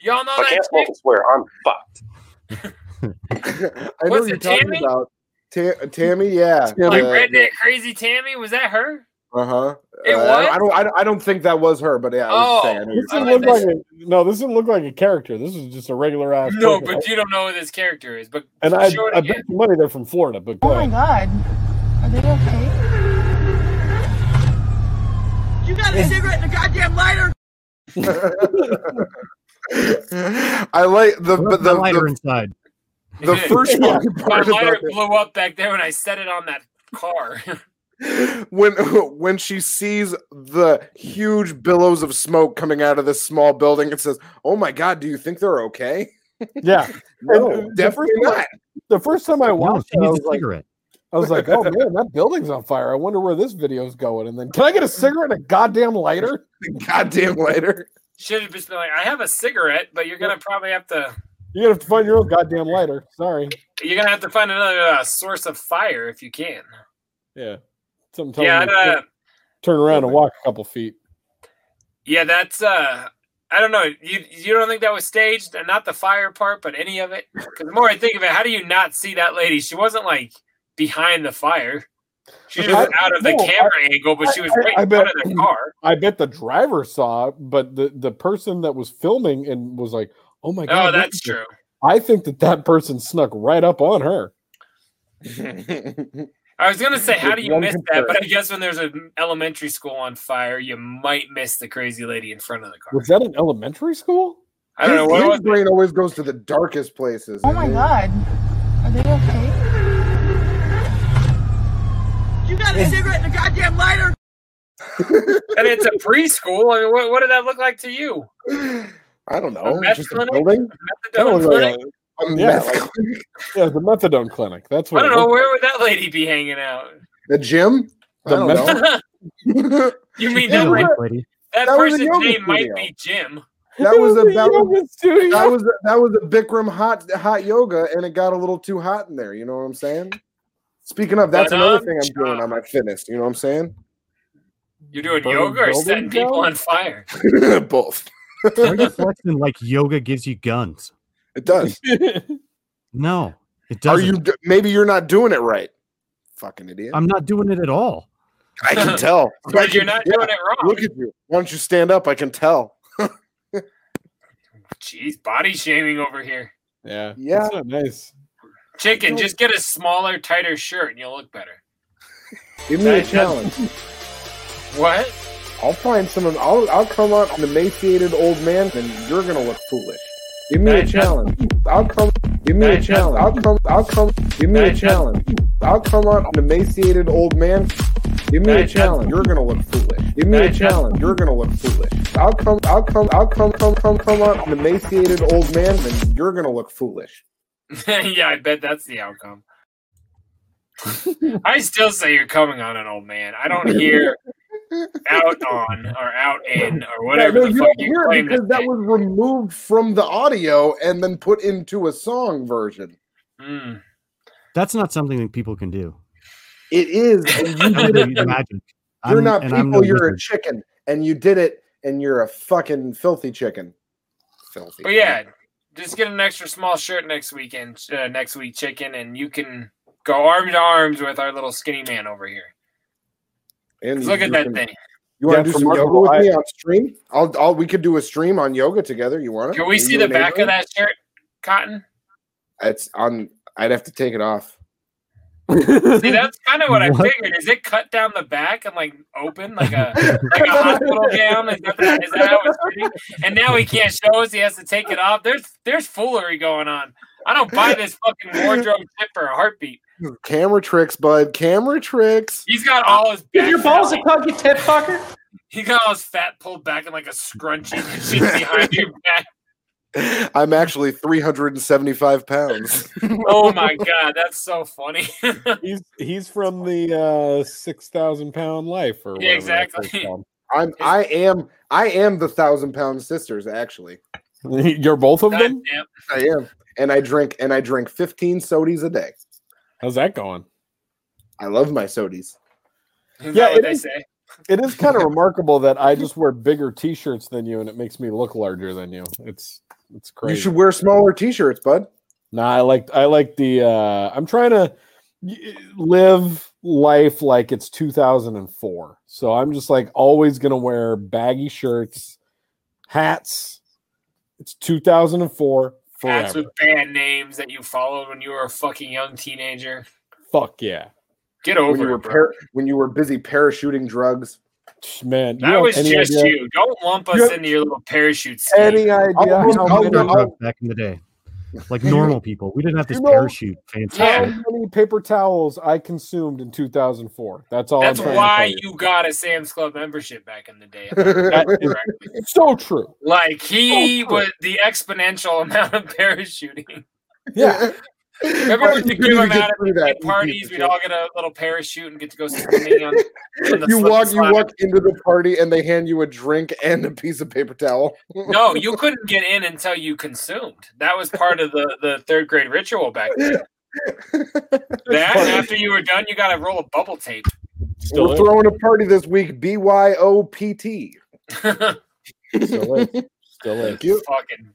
D: y'all know
H: I
D: that
H: can't smoke and swear. I'm fucked.
F: I know
D: What's
F: what you're
D: it,
F: talking
D: Tammy?
F: about. Ta- Tammy, yeah.
D: like redneck crazy Tammy? Was that her?
F: Uh huh.
D: It was?
F: I don't. I don't. I don't think that was her, but yeah. I was
D: Oh.
F: saying. I know you're
I: This didn't
F: talking
I: look
F: about.
I: like a, no, this didn't look like a character. This is just a regular ass.
D: No,
I: person.
D: but you don't know who this character is. But
I: and I,
D: show it
I: I
D: again.
I: bet you money they're from Florida. But
D: <laughs>
I: go ahead.
O: Oh god. Are they okay?
K: You got a cigarette and a goddamn lighter?
F: <laughs> I like the the,
G: Where's the
F: the,
G: lighter inside?
D: <laughs>
F: the first fucking
D: my
F: part about
D: lighter
F: it
D: blew up back there when I set it on that car. <laughs>
F: when when she sees the huge billows of smoke coming out of this small building and says, "Oh my god, do you think they're okay?"
I: Yeah,
F: No,
I: And the
F: definitely
I: first time-
F: not.
I: The first time I watched,
G: she
I: it, I
G: needs
I: was
G: a
I: like,
G: cigarette.
I: I was like, "Oh man, that building's on fire! I wonder where this video's going." And then, can I get a cigarette and a goddamn lighter?
D: <laughs>
F: goddamn lighter.
D: Should have just been like, I have a cigarette, but you're gonna probably have to
I: You're gonna have to find your own goddamn lighter. Sorry.
D: you're gonna have to find another uh, source of fire if you can.
I: Yeah. Something telling
D: Yeah,
I: me
D: I'd,
I: to
D: uh,
I: turn around and walk a couple feet.
D: yeah, that's uh, I don't know. You you don't think that was staged, and not the fire part, but any of it? Because the more I think of it, how do you not see that lady? She wasn't like behind the fire. She was
I: I-
D: out of the
I: no,
D: camera
I: I-
D: angle, but she was
I: I-
D: right
I: I
D: in
I: bet-
D: front of the car.
I: I bet the driver saw, it, but the the person that was filming and was like, "Oh my god!"
D: Oh,
I: look
D: that's
I: at this."
D: true.
I: I think that that person snuck right up on her.
D: I was gonna say, how do you
I: One
D: miss that?
I: comparison.
D: But I guess when there's an elementary school on fire, you might miss the crazy lady in front of the car.
I: Was that an elementary school?
D: I don't know what
F: his
D: it was.
F: brain always goes to the darkest places.
O: Oh my god. Are they okay?
K: You got a cigarette and a goddamn lighter?
D: and it's a preschool. I mean, what, what did that look like to you?
F: I don't know.
D: A meth
F: Just a
D: clinic?
F: building.
D: That
I: That
D: looked
I: was
D: like-
I: like
F: a,
I: yeah,
F: meth
I: like- yeah, the methadone clinic. That's
D: I
I: what
D: don't
I: it
D: know.
I: looked
D: Where would that lady be hanging out? <laughs>
F: The gym.
I: The
F: I don't
I: meth-
F: know. <laughs>
D: you mean
F: Yeah,
D: that,
F: right. <laughs>
G: lady.
D: that,
F: That was a
D: person's
F: yoga
D: name might
F: studio.
D: be Jim?
F: That
I: <laughs>
F: was a
I: was a
F: that
I: yoga
F: was,
I: studio.
F: that was a, that was a Bikram hot hot yoga, and it got a little too hot in there. You know what I'm saying? Speaking of, that's
D: But,
F: another
D: um,
F: thing I'm doing on my fitness. You know what I'm saying?
D: You're doing
I: Burning
D: yoga or
I: buildings
D: setting people
I: down?
D: on
F: <laughs>
D: fire?
F: <laughs> Both.
G: Why are you flexing like yoga gives you guns?
F: It does. <laughs>
G: No, it
F: Are
G: doesn't.
F: you? d- Maybe you're not doing it right. Fucking idiot!
G: I'm not doing it at all.
D: <laughs>
F: I can tell.
D: But
F: I can-
D: you're not doing it wrong.
F: Look at you. Why don't you stand up? I can tell.
D: Jeez, body shaming over here.
I: Yeah.
F: Yeah.
I: That's not nice.
D: Chicken, just get a smaller, tighter shirt and you'll look better.
F: Give me a
D: That- that-
F: challenge.
D: What? <laughs>
F: I'll find someone. I'll I'll come out an emaciated old man, and you're gonna look foolish. Give me a
D: That- that-
F: challenge. I'll come. Give me
D: that-
F: a
D: that-
F: challenge. I'll come. I'll come. Give me
D: that-
F: a
D: that-
F: challenge. I'll come out an emaciated old man. Give me
D: That-
F: a
D: that-
F: challenge. You're gonna look foolish. Give me
D: that-
F: a
D: that-
F: challenge. You're gonna look foolish. I'll come. I'll come. I'll come. Come. Come. Come out an emaciated old man, and you're gonna look foolish.
D: yeah, I bet that's the outcome.
F: <laughs>
D: I still say you're coming on an old man. I don't
F: <laughs>
D: hear out on or out in or whatever
F: Yeah, no,
D: the
F: you
D: fuck
F: don't
D: you
F: hear it
D: claim to
F: because that was removed from the audio and then put into a song version.
D: Mm.
G: That's not something that people
F: <laughs>
G: can do.
F: It is. And
G: <laughs>
F: you
G: That
F: did
G: would be
F: it.
G: magic.
F: You're
G: I'm-
F: not
G: and
F: people.
G: I'm no
F: you're a
G: wizard.
F: chicken, and you did it, and you're a fucking filthy chicken. Filthy.
D: But yeah, just get an extra small shirt next weekend, uh, next week, chicken, and you can go arm to arms with our little skinny man over here.
F: And
D: Look at
F: you
D: that
F: can-
D: thing.
F: You want
I: Yeah,
F: to do
I: for
F: some
I: Marvel,
F: yoga with me
I: I-
F: on stream? I'll, I'll. We could do a stream on yoga together. You want it?
D: Can we see the back of that shirt, Cotton?
F: It's on I'd have to take it off. <laughs>
D: See, that's kind of what, I figured. Is it cut down the back and like open, like a like a hospital gown? Is that, is that how it's fitting? And now he can't show us; he has to take it off. There's there's foolery going on. I don't buy this fucking wardrobe tip for a heartbeat.
F: Camera tricks, bud. Camera tricks. <laughs>
D: He's got all his.
P: Did your balls a tug, you tit fucker?
D: He got all his fat pulled back and like a scrunchie shit behind your back.
F: I'm actually 375 pounds.
D: oh my god, that's so
F: <laughs>
D: funny.
I: he's he's from the uh, six thousand pound life, or
D: yeah, exactly.
I: <laughs>
F: I'm I am I am the thousand pound sisters. Actually,
I: you're both of god them.
D: Damn.
F: I am, and I drink and I drink 15 sodies a day.
I: How's that going?
F: I love my sodies.
D: Isn't yeah, what they is, say.
I: It is <laughs> kind of remarkable that I just wear bigger t-shirts than you, and it makes me look larger than you. It's it's crazy.
F: You should wear smaller t-shirts, bud.
I: Nah, I like I like the. uh I'm trying to live life like it's 2004. So I'm just like always gonna wear baggy shirts, hats. It's 2004 forever.
D: Hats with bad names that you followed when you were a fucking young teenager.
I: Fuck yeah.
D: Get over
F: when you
D: it,
F: were par- when you were busy parachuting drugs.
I: Man,
D: that was just idea? you. Don't lump us you into your little parachute. Scheme.
F: Any idea
G: how
F: <laughs>
G: many drugs back in the day? Like normal people, we didn't have this you know, parachute.
I: Fantastic. How many paper towels I consumed in 2004? That's all.
D: That's why
I: you.
D: you got a Sam's Club membership back in the day.
F: <laughs>
I: is, it's so true.
D: Like he
F: Oh,
D: so true. was the exponential <laughs> amount of parachuting.
I: Yeah,
D: Remember when you give them out at parties, we'd
F: <laughs>
D: all get a little parachute and get to go swimming on, on
F: You walk, you walk into the party, and they hand you a drink and a piece of paper towel.
D: no, you couldn't get in until you consumed. That was part of the the third grade ritual back
F: <laughs>
D: then. that after you were done, you got to roll a bubble tape. <laughs>
F: Still we're is. throwing a party this week. B Y O P T.
I: Still is. Still is.
F: Thank you.
D: Fucking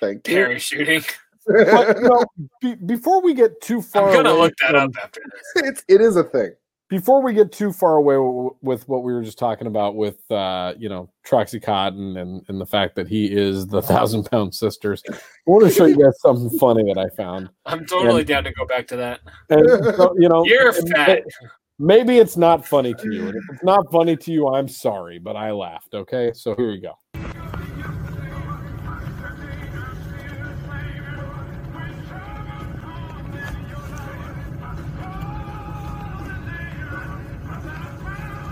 F: Thank
D: you. Parachuting.
I: but, no, be, before we get too far,
D: I'm gonna look that from, up after
F: this. <laughs> It's, it is a thing.
I: Before we get too far away w- with what we were just talking about with uh, you know Troxy Cotton and and the fact that he is the <laughs> thousand pound sisters, I want to show you guys something funny that I found.
D: I'm totally and, down to go back to that.
I: <laughs> And so, you know,
D: you're fat.
I: Maybe it's not funny to you. And if it's not funny to you, I'm sorry, but I laughed. Okay, so here you go.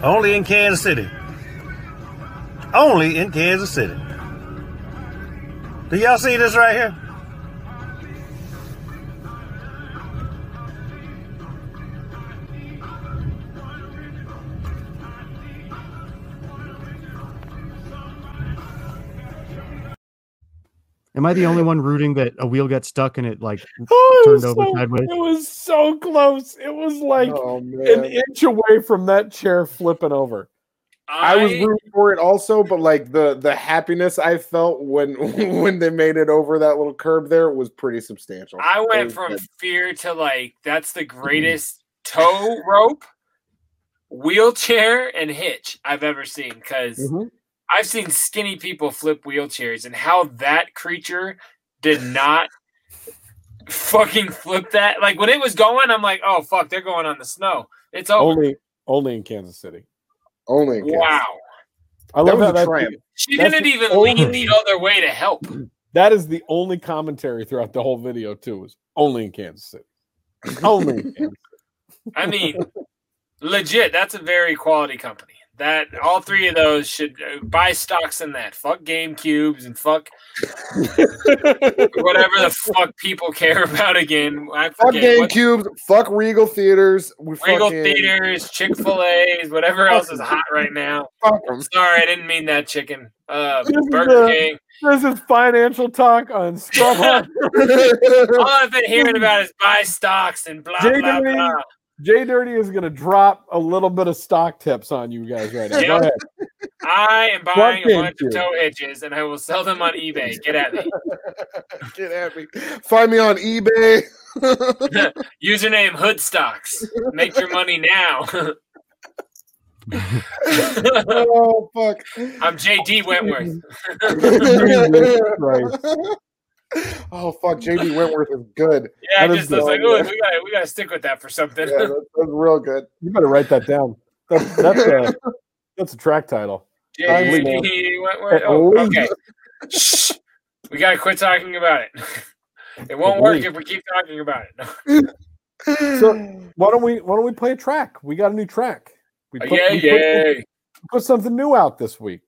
Q: Only in Kansas City. Only in Kansas City. Do y'all see this right here?
G: Am I the only one rooting that a wheel got stuck and
F: <laughs>
G: it like oh, turned
I: it
G: over
I: so,
G: sideways?
I: It was so close. It was like oh, an inch away from that chair flipping over.
F: I, I was rooting for it also, but like the the happiness I felt when <laughs> when they made it over that little curb there was pretty substantial.
D: I went from good. fear to like that's <laughs> the greatest tow rope, wheelchair, and hitch I've ever seen because. Mm-hmm. I've seen skinny people flip wheelchairs and how that creature did not fucking flip that. Like when it was going, I'm like, oh fuck, they're going on the snow. It's over.
I: only only in Kansas City.
F: Only in Kansas.
D: wow.
I: I love that, that triumph.
D: She That's didn't even only, lean the other way to help.
I: That is the only commentary throughout the whole video too. Is only in Kansas City. only. Kansas <laughs> City.
D: I mean, legit. That's a very quality company. That all three of those should uh, buy stocks in that. Fuck GameCubes and fuck whatever the fuck people care <laughs> about again. I
F: fuck GameCubes, fuck Regal Theaters,
D: we Regal fucking... Theaters, Chick Fil A's, whatever else is hot right now. Sorry, I didn't mean that chicken. Uh, this Burger
I: is a,
D: King.
I: This is financial talk on Scrub. all <laughs>
D: I've been hearing about is buy stocks and blah J. blah blah. blah.
I: Jay Dirty is going to drop a little bit of stock tips on you guys right now. Yep.
D: I am buying Fuck a bunch you. of toe edges and I will sell them on eBay. Get at me.
F: Get at me. Find me
D: <laughs>
F: on eBay. <laughs>
D: Username Hoodstocks. Make your money
R: <laughs>
D: now.
F: oh fuck! Oh, <laughs>
D: I'm JD Wentworth.
I: right.
R: Oh fuck, JB Wentworth is
D: <laughs>
R: good.
D: Yeah,
R: That
D: I
R: is
D: just was like,
R: good.
D: oh, we gotta we gotta stick with that for something.
R: Yeah, that- that's real good.
I: You better write that down. That's that's a that's a track title.
D: <laughs> JB Wentworth. Oh, okay. Shh. We gotta quit talking about it. <laughs> It won't work if we keep talking about it.
I: So why don't we why don't we play a track? We got a new track. We
D: Uh, yay, yay.
I: we put something new out this week.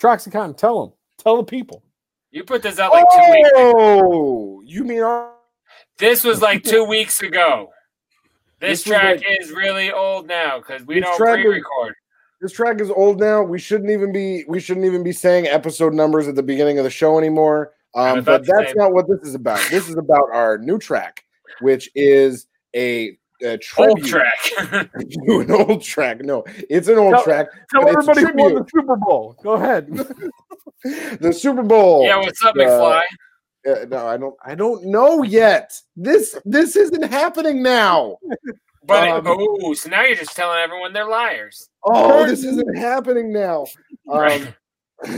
I: Troxicon, tell them, tell the people.
D: You put this out like two weeks.
R: Oh, you mean our-
D: This was like two weeks ago. This,
R: <laughs> This was
D: track
R: like-
D: is really old now because we
R: This
D: don't
R: track is-
D: pre-record.
R: This track is old now. We shouldn't even be we shouldn't even be saying episode numbers at the beginning of the show anymore. Um,
D: was
R: but
D: about to
R: that's
D: say.
R: not what this is about. This is about our new track, which is a, a tribute
D: Old track.
R: <laughs>
D: <laughs>
R: to an old track. No, it's an old
I: Tell-
R: track.
I: Tell
R: but it's a
I: everybody who won the
R: tribute.
I: Super Bowl. Go ahead.
R: the Super Bowl.
D: Yeah, what's up,
R: Uh,
D: McFly?
R: uh, no, I don't. I don't know yet. This this isn't happening now.
D: But it-
R: um,
D: oh, so now you're just telling everyone they're liars.
R: Oh, this isn't happening now. Um, <laughs>
D: Right.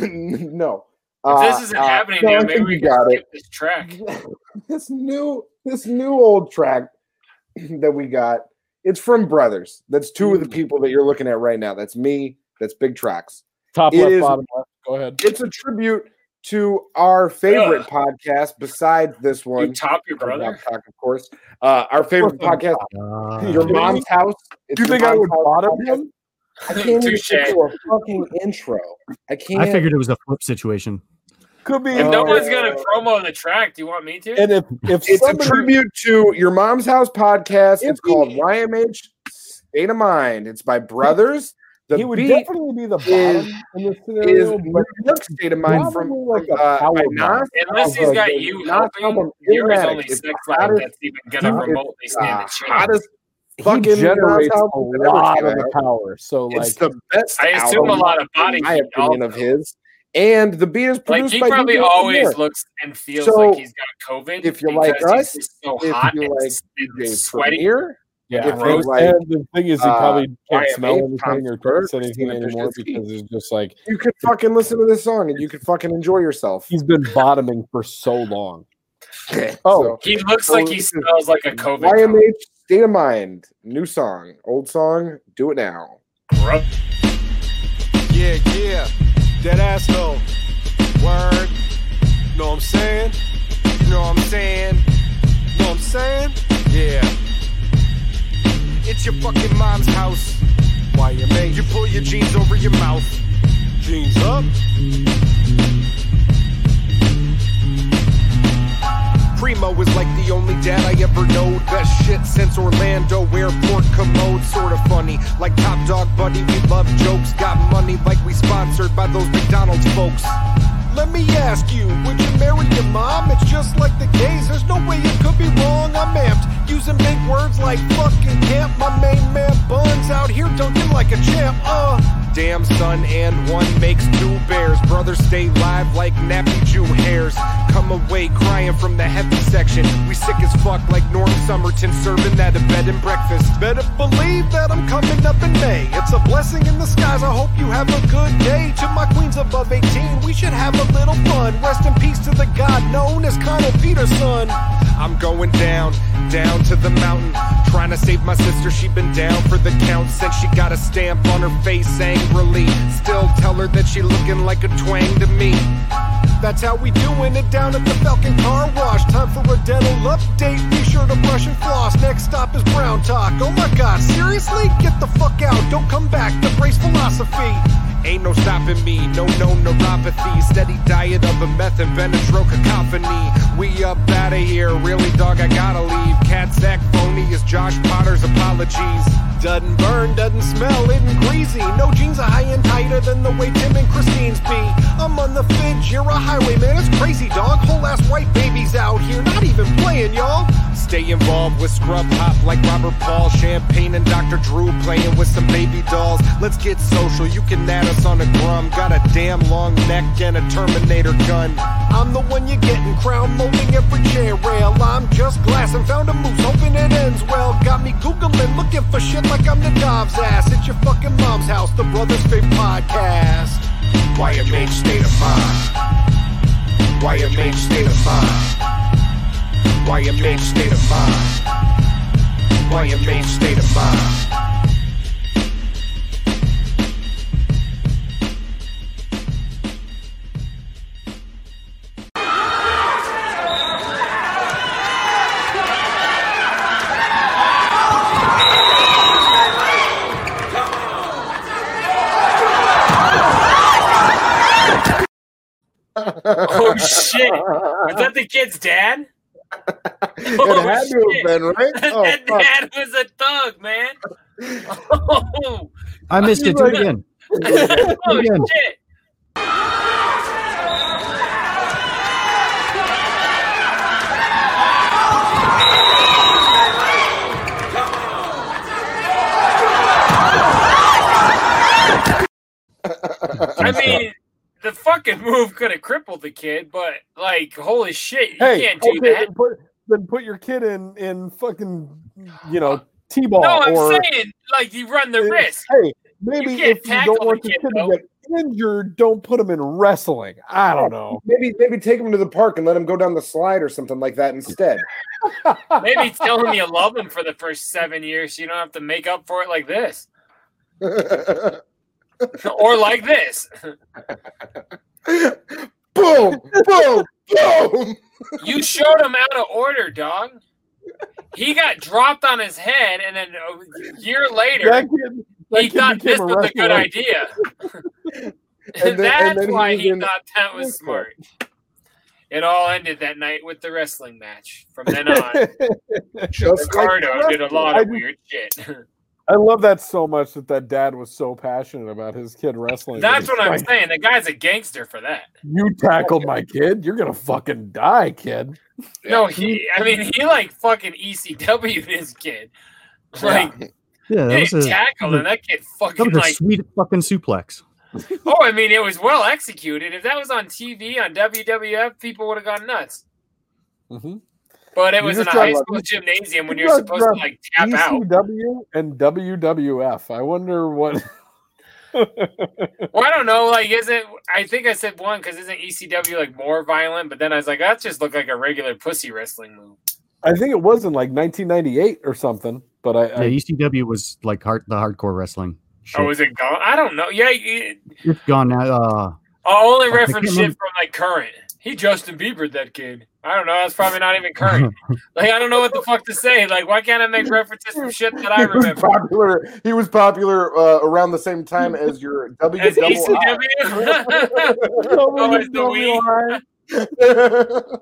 R: no.
D: If
R: Uh,
D: this isn't
R: uh,
D: happening
R: no,
D: now,
R: I
D: maybe
R: think
D: we
R: you
D: can
R: got
D: skip
R: it.
D: this track.
R: <laughs> This new this new old track <clears throat> that we got. It's from Brothers. That's two of
I: Mm.
R: the people that you're looking at right now. That's me. That's Big Tracks.
I: <laughs> Top
R: It
I: left,
R: is-
I: bottom left. Go ahead.
R: It's a tribute to our favorite podcast besides this one.
D: top your
R: From Rock Talk, of course. Uh, our favorite podcast, Your Mom's House. It's
I: Do you
R: Your
I: think I
R: Mom's
I: would
R: House
I: bottom
R: podcast.
I: him?
R: I
I: <laughs>
R: can't even
D: Touche.
R: get to a fucking intro. I can't.
G: I figured it was a flip situation.
I: Could be.
D: If no
R: <laughs>
D: one's gonna promo the track, do you want me to?
I: And if if
R: it's
I: somebody-
R: a tribute to your mom's house podcast. It's called YMH State of Mind. It's by Brothers. The
I: he would
R: beat
I: definitely be the bottom
R: is-
I: in this
R: is
I: scenario.
R: New York State of Mind from
I: Probably like a
R: uh,
I: power
R: by
I: bomb.
R: Nas.
D: Unless he's
R: Album.
D: got you
R: Nas
D: helping,
R: album,
D: yours
R: Illmatic.
D: only
R: It's
D: six
R: the
D: last
R: hottest-
D: that's even gonna
R: it's
D: remotely stand a
R: the
D: chance.
R: hottest fucking
I: he
R: Nas
I: generates a
R: album that ever
I: lot
R: came <laughs>
I: of the
R: out.
I: power. So like
R: It's the best.
D: I assume a
R: album,
D: lot of body
R: in my
D: heat
R: opinion of his. And the beat is
D: Like
R: produced
D: he
R: by
D: probably
R: DJ
D: always
R: Premier.
D: looks and feels
R: So,
D: like he's got COVID.
R: if you like
D: because he's
R: us,
D: just so
R: if
D: hot
R: you
D: and,
R: like
D: s- and
R: DJ
D: sweaty.
R: Premier,
I: Yeah,
R: If
I: and,
R: they like,
I: and the thing is, he probably
R: uh,
I: can't smell
R: YMH,
I: anything
R: Tom
I: or
R: Berg,
I: taste anything
R: Christina
I: anymore
R: Pajitsky.
I: because it's just like
R: you could fucking listen to this song and you could fucking enjoy yourself.
I: he's been bottoming for so long.
R: Oh,
D: He looks
R: So
D: like he
R: this is
D: smells like a COVID.
R: YMH State of Mind, new song, old song, do it now.
D: Bro.
F: Yeah, yeah. Dead ass though. Word. Know what I'm saying? Know what I'm saying? Know what I'm saying? Yeah. It's your fucking mom's house. Why you made you pull your jeans over your mouth? Jeans up. Primo is like the only dad I ever know. Best shit since Orlando Airport commode. Sorta funny, like Top Dog Buddy. We love jokes, got money like we sponsored by those McDonald's folks. Let me ask you, would you marry your mom? It's just like the gays. There's no way you could be wrong. I'm amped using big words like fucking camp. My main man buns out here dunking like a champ. Uh. Damn son and one makes two bears. Brothers stay live like nappy Jew hairs. Come away crying from the heavy section. We sick as fuck like Norm Summerton serving at a bed and breakfast. Better believe that I'm coming up in May. It's a blessing in the skies. I hope you have a good day. To my queens above 18, we should have a little fun. Rest in peace to the god known as Connell Peterson. I'm going down, down to the mountain. Trying to save my sister, she been down for the count since she got a stamp on her face angrily. Still tell her that she looking like a twang to me. That's how we doing it down at the Falcon Car Wash. Time for a dental update. Be sure to brush and floss. Next stop is Brown Talk. Oh my god, seriously? Get the fuck out. Don't come back. The brace philosophy. Ain't no stopping me, no known neuropathy. Steady diet of a meth and Benadryl cacophony. We up out of here, really dog, I gotta leave. Cat sack phony is Josh Potter's apologies. Doesn't burn, doesn't smell, isn't greasy. No jeans are high and tighter than the way Tim and Christine's be. I'm on the fidge, you're a highwayman, it's crazy dog. Whole ass white babies out here, not even playing, y'all. Stay involved with Scrub Hop like Robert Paul, Champagne and Dr. Drew playing with some baby dolls. Let's get social, you can add us on a grum. Got a damn long neck and a Terminator gun. I'm the one you're getting, crown molding every chair rail. I'm just glass and found a moose, hoping it ends well. Got me Googling, looking for shit like I'm the Dov's ass. It's your fucking mom's house, the brother's fave podcast. YMH state of mind. YMH state of mind.
O: YMH state of mind. YMH state of mind.
D: <laughs> Oh shit!
R: <laughs>
D: Was that the kid's dad?
F: <laughs> it had to have been, right?
D: <laughs>
F: Oh,
D: that
F: fuck.
D: dad was a thug, man. Oh, <laughs>
G: I missed it. Do it again. Do it again. Do
D: oh
G: it again.
D: shit! I mean, the fucking move could have crippled the kid, but like, holy shit, you
I: Hey,
D: can't do
I: okay, uh,
D: that.
I: Then, put, then put your kid in in fucking you know t-ball.
D: No, I'm
I: or,
D: saying like you run the risk.
I: Hey, maybe
D: can't
I: if you don't
D: tackle
I: want
D: the
I: your
D: kid,
I: kid
D: though.
I: to get injured, don't put him in wrestling. I don't know.
F: Maybe maybe take him to the park and let him go down the slide or something like that instead.
D: Maybe tell him you love him for the first seven years, so you don't have to make up for it like
I: <laughs>
D: this, or like this.
F: boom, boom, boom.
D: You showed him out of order, dog. He got dropped on his head, and then a year later,
I: That kid- that
D: he
I: kid
D: thought
I: became
D: this was a
I: wrestler.
D: good idea.
I: <laughs> And then- and
D: That's
I: then he
D: why
I: was
D: he
I: in-
D: thought that was smart. It all ended that night with the wrestling match. From
I: <laughs>
D: then on,
I: Just like
D: Ricardo did a lot
I: I
D: of
I: just-
D: weird
I: <laughs>
D: shit.
I: I love that so much that that dad was so passionate about his kid wrestling.
D: That's
I: It's
D: what I'm
I: like,
D: saying. The guy's a gangster for that.
I: You tackled my kid, you're gonna fucking die, kid.
D: No, he. I mean, he like fucking ECW <laughs> this kid. Like
G: Yeah,
D: He
G: that was a,
D: didn't tackle him.
G: that
D: That kid
G: was
D: fucking
G: a
D: like.
G: sweet fucking suplex.
D: Oh, I mean, it was well executed. If that was on TV on WWF, people would have gone nuts.
I: Mhm.
D: But it
I: You
D: was in
I: just
D: a
I: talked
D: high
I: about-
D: school gymnasium when
I: you
D: you're
I: talked
D: supposed to
I: about E
D: like tap out.
I: ECW and WWF. I wonder <laughs> what.
D: Well, I don't know. Like, isn't I think I said one because isn't ECW like more violent? But then I was like, that just looked like a regular pussy wrestling move.
I: I think it was in like 1998 or something. But I,
G: Yeah,
I: I
G: ECW was like hard, the hardcore wrestling. Shit.
D: Oh, is it gone? I don't know. Yeah, it,
G: It's gone now. Uh,
D: I'll Oh, only
G: I can't
D: reference shit
G: remember-
D: from like current. He Justin Bieber that kid. I don't know. That's probably not even current. like I don't know what the fuck to say. Like why can't I make references from shit that I
F: He was
D: remember?
F: popular. He was popular uh, around the same
I: <laughs>
F: time as your W.
D: As
F: double I.
D: ECW? <laughs> oh, it's the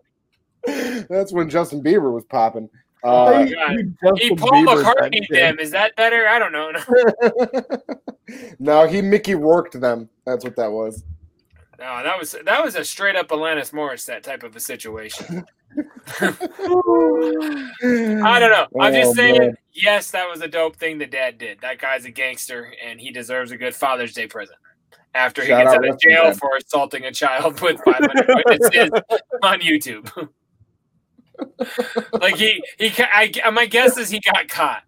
D: Wii.
F: <laughs> That's when Justin Bieber was popping.
D: Oh,
F: Uh,
D: my God. He Paul McCartney them. Is that better? I don't know. No,
F: <laughs> no, he Mickey worked them. That's what that was.
D: No, that was that was a straight up Alanis Morris that type of a
F: <laughs>
D: situation. I don't know. I'm
F: Oh,
D: just saying.
F: man.
D: Yes, that was a dope thing the dad did. That guy's a gangster, and he deserves a good Father's Day present. After he
F: Shout
D: gets
F: out
D: out of
F: Wrestling
D: jail
F: Dad.
D: for assaulting a child <laughs> with 500 witnesses on
F: <laughs>
D: YouTube. like he he ca- I, my guess is he got caught.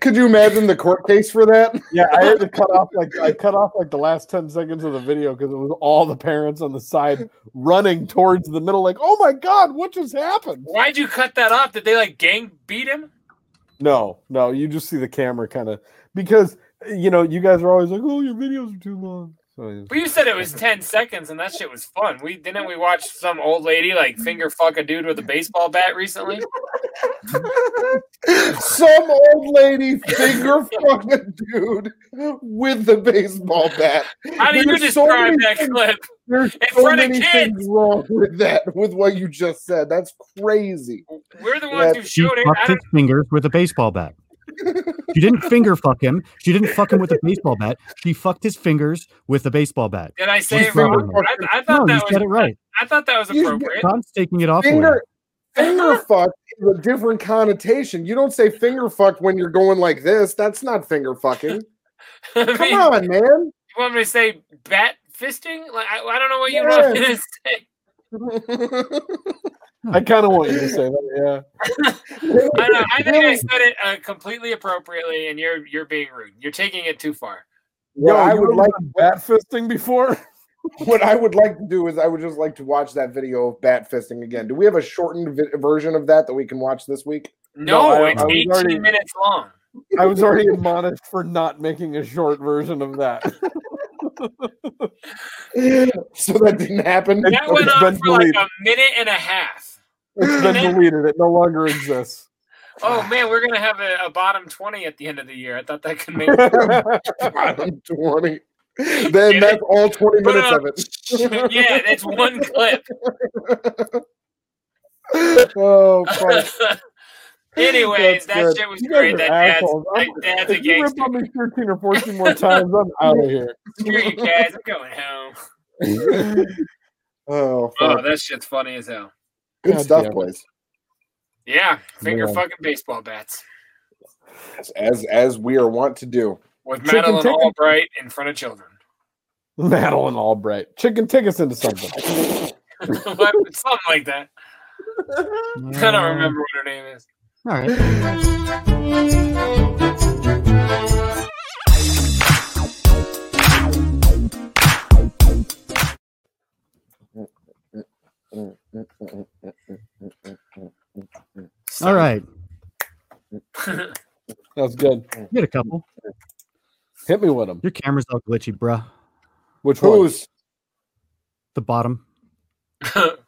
F: Could you imagine the court case for that? <laughs>
I: yeah, I had to cut off like I cut off like the last 10 seconds of the video because it was all the parents on the side running towards the middle, like, oh my god, what just happened?
D: Why'd you cut that off? Did they like gang beat him?
I: No, no, you just see the camera kind of because you know you guys are always like, oh, your videos are too long. So yeah.
D: But you said it was ten seconds, and that shit was fun. We didn't we watch some old lady like finger fuck a dude with a baseball bat recently?
F: Some old lady finger fucked a dude with the baseball bat.
D: How do you
F: There's
D: describe
F: many
D: that
F: things-
D: clip?
F: There's
D: In
F: so
D: front of
F: many
D: kids?
F: things wrong with that, with what you just said. That's crazy.
D: We're the ones who
G: She
D: showed it. I
G: fucked
D: don't,
G: his fingers with a baseball bat. she didn't finger fuck him. She didn't fuck him with a baseball bat. She fucked his fingers with a baseball bat.
D: did I say
G: She's
D: it wrong?
G: wrong.
D: I, I thought
G: no, you
D: that
G: said
D: was
G: it right.
D: I thought that was appropriate.
G: Tom's taking it off. for you.
F: Finger, finger fuck is a different connotation. You don't say finger fuck when you're going like this. That's not
D: <laughs>
F: finger fucking.
D: I
F: Come
D: mean,
F: on, <laughs> man.
D: You want me to say bat fisting? Like I, I don't know what you want me to say.
I: I kind of want you to say that, yeah.
D: I, know, I think I said it uh, completely appropriately, and you're you're being rude. You're taking it too far.
I: Yo,
F: I
I: you
F: would
I: ever
F: like-
I: done bat fisting before.
F: what I would like to do is I would just like to watch that video of bat fisting again. Do we have a shortened vi- version of that that we can watch this week?
D: No,
F: I-
D: it's
F: I was
D: 18
F: already-
D: minutes long.
I: <laughs> I was already admonished for not making a short version of <laughs> that.
F: <laughs> so that didn't happen.
D: That went
I: It's
D: on
I: been
D: for like
I: deleted.
D: a minute and a half.
I: It's been deleted. It no longer exists.
D: Oh man, we're gonna have a, a bottom 20 at the end of the year. I thought that could
I: <laughs>
D: make
F: <laughs> Bottom 20. Then that's all 20
D: Put it
F: minutes
D: on-
F: of it.
D: yeah, that's one clip. <laughs>
F: oh, fuck.
D: Anyways,
I: That's
D: that
I: good.
D: shit was
I: You guys
D: great.
I: are
D: That dad's,
I: assholes.
D: that dad's a
I: if you rip
D: gangster.
I: on me 13 or 14 more times, I'm out of here.
D: Screw you guys. I'm going home.
F: <laughs> Oh,
D: Oh,
F: fuck.
D: that shit's funny as hell.
F: good
I: God
F: stuff,
I: damn it.
F: boys.
D: Yeah, finger
F: Yeah.
D: fucking baseball bats
F: As as we are wont to do.
D: with
I: Chicken
D: Madeline
I: ticket.
D: Albright in front of children. <laughs>
I: Madeline Albright. Chicken take us into something.
D: But Something like
I: <laughs>
D: that. I don't remember what her name is. <laughs>
G: All right. All right.
I: That's good.
G: Get a couple.
I: Hit me with them.
G: Your camera's all glitchy, bruh.
I: Which
F: Who's?
G: The bottom.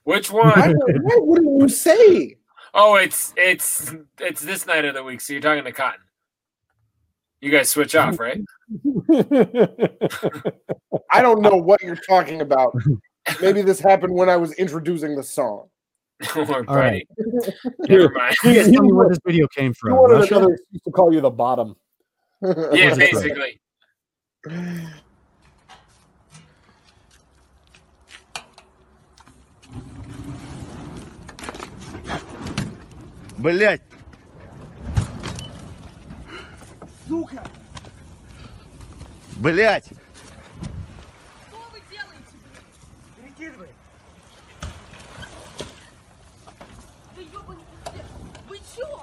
D: Which one?
F: <laughs>
G: <laughs>
F: What, what did you
I: <laughs>
F: say?
D: Oh, it's it's it's this night of the week. So you're talking to Cotton. You guys switch off,
G: <laughs>
D: right? <laughs>
F: I don't know what you're talking
I: <laughs>
F: about. Maybe this happened when I was introducing the song.
D: or
G: All right.
D: Never
G: <laughs>
D: mind. <laughs>
G: You guys tell me where this video came
I: You
G: from.
I: wanted
G: Russia?
I: another excuse to call you the bottom.
D: Yeah,
G: That's right.
D: basically.
Q: Блять.
K: Сука!
Q: Блять.
K: Что вы делаете, блядь? Перекидывай. Да ёбаный пиздец. Вы чё?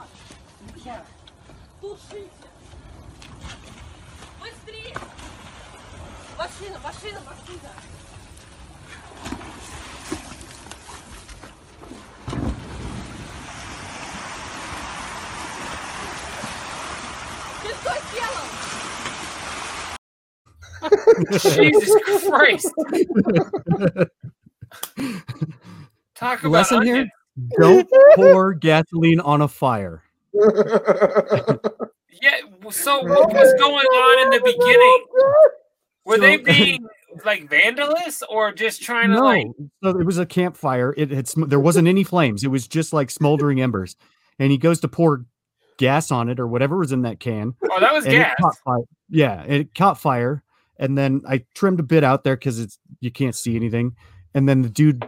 K: Блядь. Слушайте. Быстрее. Машина, машина, машина. Ты что сделал?
I: <laughs>
D: Jesus
G: <laughs>
D: Christ. Talk about
G: Lesson here:
D: onion.
G: don't pour gasoline on a fire.
D: Yeah. So what was going on
G: <laughs>
D: in the beginning? Were they being like vandalous or just trying to
G: No,
D: like?
G: so it was a campfire. It had sm- there wasn't any flames. It was just like smoldering embers. And he goes to pour gas on it or whatever was in that can.
D: Oh, that was
G: and it
D: gas.
G: caught fire. Yeah, and it caught fire. And then I trimmed a bit out there because it's you can't see anything. And then the dude,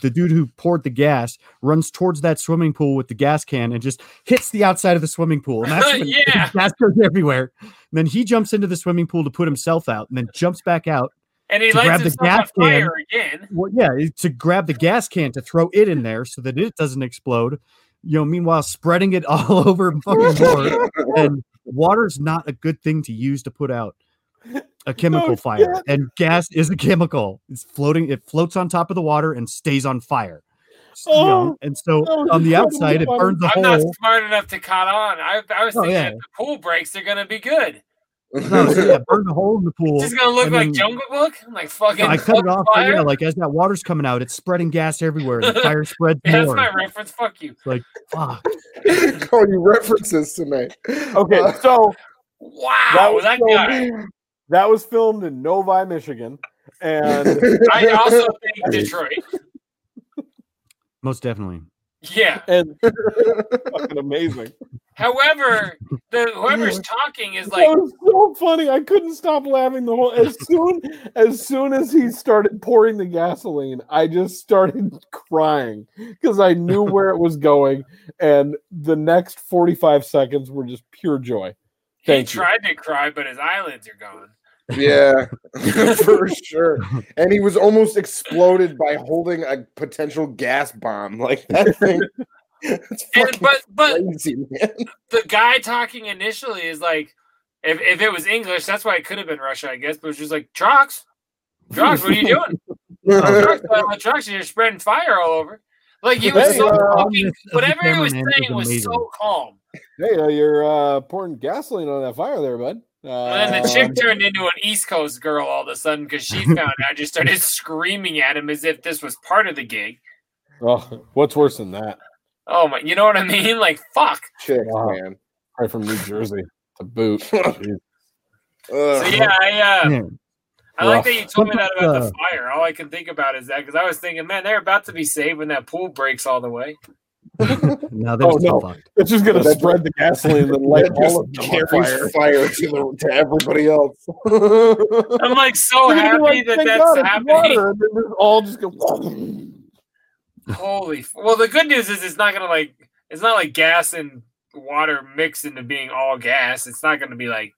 G: the dude who poured the gas, runs towards that swimming pool with the gas can and just hits the outside of the swimming pool.
D: <laughs>
G: And that's when
D: Yeah.
G: gas goes everywhere. And then he jumps into the swimming pool to put himself out, and then jumps back out.
D: And he
G: to
D: lights
G: grab the
D: himself on
G: gas
D: fire
G: can.
D: again.
G: Well, yeah, it- to grab the gas can to throw it in there so that it doesn't explode. You know, meanwhile spreading it <laughs> all over fucking more. and water's not a good thing to use to put out
D: <laughs>
G: a chemical fire, and gas is a chemical. It's floating. It floats on top of the water and stays on fire. S- you know,
D: Oh,
G: and so
D: that was <laughs>
G: on the
D: so
G: outside, it
D: funny.
G: burns the
D: I'm
G: hole.
D: not smart enough to caught on. I, I was
G: Oh,
D: thinking
G: yeah.
D: if the pool breaks, they're gonna be good.
G: No, so yeah, burn the hole in the pool.
D: It's just gonna look
G: and
D: like
G: then-
D: Jungle Book. I'm like fucking.
G: I cut it
D: fuck
G: off. but
D: Fire.
G: Yeah, like as that water's coming out, it's spreading gas everywhere. And the fire spreads
D: Yeah, <laughs> that's
G: more.
D: my reference. Fuck you.
G: It's like fuck.
F: <laughs> Call you references tonight.
I: Okay,
F: Uh,
I: so
D: wow, that guy.
I: That was filmed in Novi, Michigan,
F: <laughs>
I: and
G: <laughs>
D: I also think Detroit.
G: Most definitely.
D: Yeah.
I: and fucking amazing.
D: However, the whoever's talking is
I: That
D: like,
I: was so funny. I couldn't stop laughing the whole as soon as soon as he started pouring the gasoline, I just started crying because
F: <laughs>
I: I knew where it was going, and the next 45 seconds were just pure joy.
D: he
I: Thank you.
D: tried to cry, but his eyelids are gone.
I: <laughs>
F: Yeah, <laughs> for sure. And he was almost exploded by holding a potential gas bomb. <laughs> Like that thing. That's fucking
D: but- but-
F: crazy, man.
D: The guy talking initially is like, if, if it was English, that's why it could have been Russia, I guess. But it was just like trucks, Drugs,
G: <laughs>
D: what are you doing?
F: <laughs>
I: Oh,
D: drugs, uh, drugs, you're spreading fire all over. Like he was
I: Hey,
D: so
I: uh,
D: fucking. Whatever he was
I: cameraman
D: saying
I: is
D: was
I: amazing.
D: so calm.
I: Hey, uh, you're uh, pouring gasoline on that fire there, bud. Uh,
D: And
F: Oh.
D: then the chick turned into an East Coast girl all of a sudden because she found out. Just started <laughs> screaming at him as if this was part of the gig.
I: Oh, what's worse than that?
D: Oh my, you know what I mean? <laughs> Like fuck.
F: Chick,
I: <laughs> man. Right from New Jersey to boot.
D: So
F: Uh-huh.
D: yeah, I uh, I like that you told me that about the
I: Sometimes,
D: fire. All I can think about is that because I was thinking, man, they're about to be saved when that pool breaks all the way.
G: No,
I: oh, no. It's just going to
F: That-
I: spread the gasoline and then light
F: That just
I: all of them on
F: carries
I: fire.
F: fire to, the, to everybody else.
I: <laughs>
D: I'm like so
F: You're gonna be
D: happy
F: like,
D: that
F: "Thank
D: that's
F: God it's
D: happening.
F: water," and then just all just go.
I: <laughs>
F: <laughs>
D: Holy! F- well, the good news is it's not gonna like it's not like gas and water mixed into being all gas. It's not gonna be like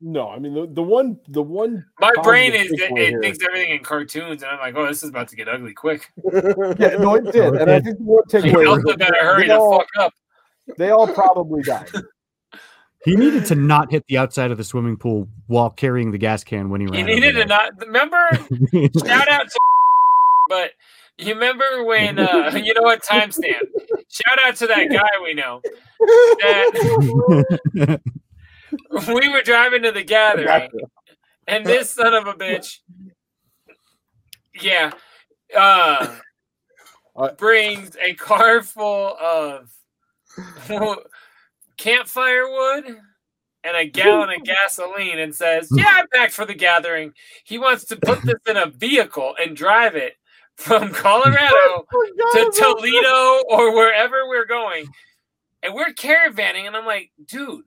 I: No, I mean the, the one the one
D: my brain is
I: positive
D: it,
I: takeaway here-
D: thinks everything in cartoons, and I'm like, oh, this is about to get ugly quick.
I: yeah, no,
G: <laughs>
I: it did, and I think the one
D: You
I: takeaway
D: also
I: was
D: better hurry
I: they
D: the
I: all,
D: fuck up.
I: they all probably
G: <laughs>
I: died.
G: He needed to not hit the outside of the swimming pool while carrying the gas can when he
D: You
G: ran. out.
D: needed to not remember. <laughs> shout out to, but you remember when uh, <laughs> you know what timestamp? Shout out to that guy we know. That <laughs> we were driving to the gathering, and this son of a bitch, yeah, uh, brings a car full of campfire wood and a gallon of gasoline and says, Yeah, I'm back for the gathering. He wants to put this in a vehicle and drive it from Colorado to
I: Oh, <laughs>
K: about that.
D: Toledo or wherever we're going. And we're caravanning, and I'm like, dude,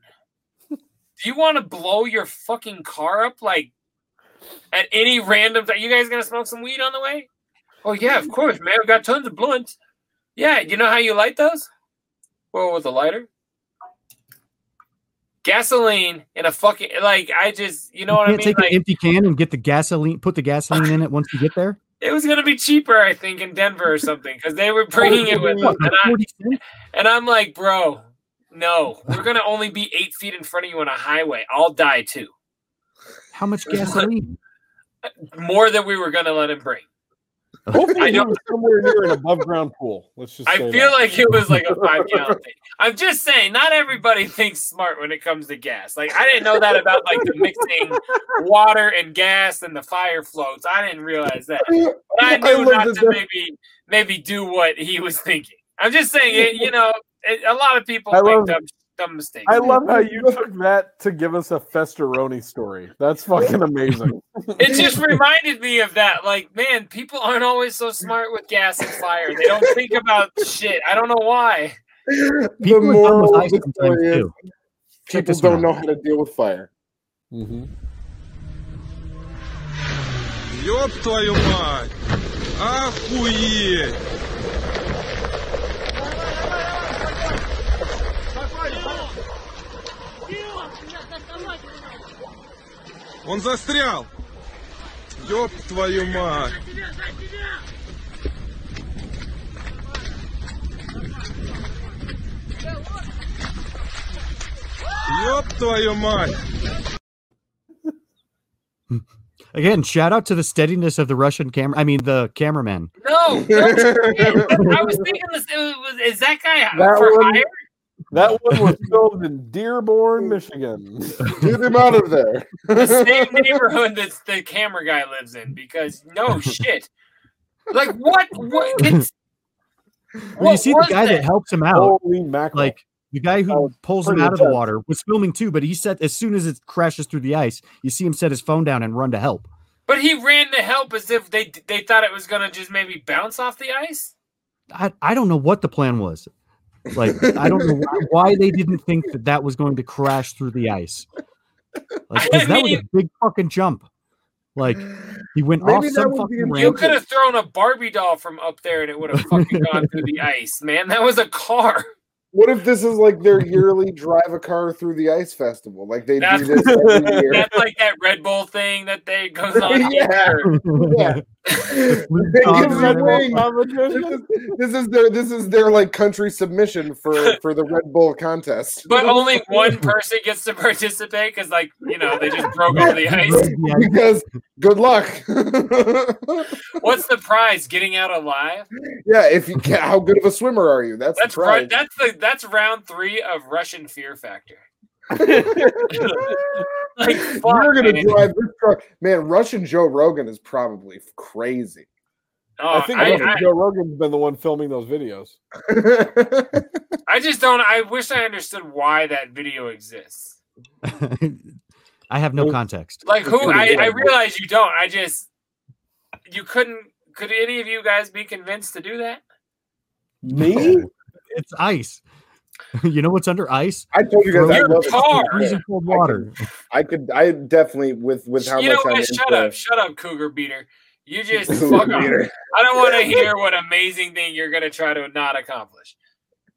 D: do you want to blow your fucking car up like at any random time? You guys gonna smoke some weed on the way? Oh yeah, of course, man. I've got tons of blunts. Yeah, you know how you light those? Well, with a lighter gasoline in a fucking like I just you know
G: You
D: what I
G: can't
D: mean?
G: take
D: Like
G: an empty can and get the gasoline, put the gasoline in it once you
D: <laughs>
G: get there.
D: it was gonna be cheaper, I think, in Denver or something because they
G: Oh,
D: were bringing it with them, and, I, and I'm like, bro, no, we're gonna only be eight feet in front of you on a highway. I'll die too.
G: How much gasoline?
D: More than we were gonna let him bring.
I: Hopefully, it was somewhere near an above ground pool. Let's just.
D: I
I: say
D: feel
I: that.
D: like it was
I: <laughs>
D: like a five gallon thing. I'm just saying, not everybody <laughs> thinks smart when it comes to gas. Like I didn't know that about like the mixing water and gas and the fire floats. I didn't realize that. But I
K: I
D: knew
K: love
D: not
K: this
D: to maybe maybe do what he was thinking. I'm just saying, it, you know, it, a lot of people
I: I
D: make
I: love-
D: dumb, dumb mistakes.
I: I love how <laughs> you took that to give us a Festeroni story. That's fucking <laughs> amazing.
D: It just reminded me of that. Like, man, people aren't always so smart with gas and fire. They don't think about shit. I don't know why.
F: the moral
G: ice
F: of the
G: sometimes,
F: story is
G: too.
F: people
G: Check this one
F: don't
G: out.
F: know how to deal with fire.
C: Ёб твою мать! Охуеть! Он застрял! Ёб твою мать! Ёб твою мать!
G: Again, shout out to the steadiness of the Russian camera. I mean, the cameraman.
D: No, don't you think- I was thinking this. It was, is that
G: <laughs>
D: guy
I: That
D: for
I: one-
D: hire?
I: That one was filmed in Dearborn,
G: <laughs>
I: Michigan.
F: Get him out of
I: <laughs>
F: there.
D: The same neighborhood that the camera guy lives in. Because no shit, like what?
G: <laughs>
D: What? It's,
G: Well, you
D: What
G: see the
D: was
G: guy that?
D: that?
G: helps him out. Like the guy who pulls him
D: pretty
G: out of the
D: intense.
G: water was filming too, but he said as soon as it crashes through the ice, you see him set his phone down and run to help.
D: but he ran to help as if they they thought it was gonna just maybe bounce off the ice.
G: I, I don't know what the plan was. Like I don't know why, why they didn't think that that was going to crash through the ice. Like 'cause that was a big fucking jump. Like he went off some fucking
D: You
G: ramp.
D: could have thrown a Barbie doll from up there and it would have fucking gone through the ice, man. That was a
F: <laughs>
D: car.
F: What if this is like their yearly drive a car through the ice festival? Like they
D: That's,
F: do this every year.
D: that's like that Red Bull thing that they goes on.
F: <laughs> Yeah.
G: <laughs>
D: every year.
F: Yeah. <laughs>
G: Oh,
F: They give Red Wing. This is, this is their this is their like country submission for for the Red Bull contest.
D: But only one person gets to <laughs> participate because, like, you know, they just broke over
F: <laughs>
D: the ice.
F: because good luck. <laughs>
D: What's the prize? Getting out alive?
F: yeah, if you can, how good of a swimmer are you? That's,
D: That's
F: the prize.
D: right. That's the that's round three of Russian Fear
F: <laughs>
D: Factor. like, fuck,
F: You're gonna
D: man.
F: drive this truck, man. Russian Joe Rogan is probably crazy. <laughs>
D: Oh,
I: I think
D: I-
I: Russian
D: I-
I: Joe Rogan's been the one filming those videos.
D: I just don't. I wish I understood why that video exists.
G: <laughs> I have no context.
D: Like who? I, I realize you don't. I just you couldn't. Could any of you guys be convinced to do that?
I: <laughs>
F: Me?
G: It's ice. <laughs> You know what's under ice?
F: I told you guys I love it.
G: Freezing cold
D: <laughs>
G: water.
F: I could, I definitely with with how
D: you know
F: much I'm
D: what?
F: into
D: Shut
F: <laughs>
D: up! Shut up, Cougar Beater. You just
F: Cougar
D: fuck off.
F: Beater.
D: I don't want to hear what amazing thing you're gonna try to not accomplish.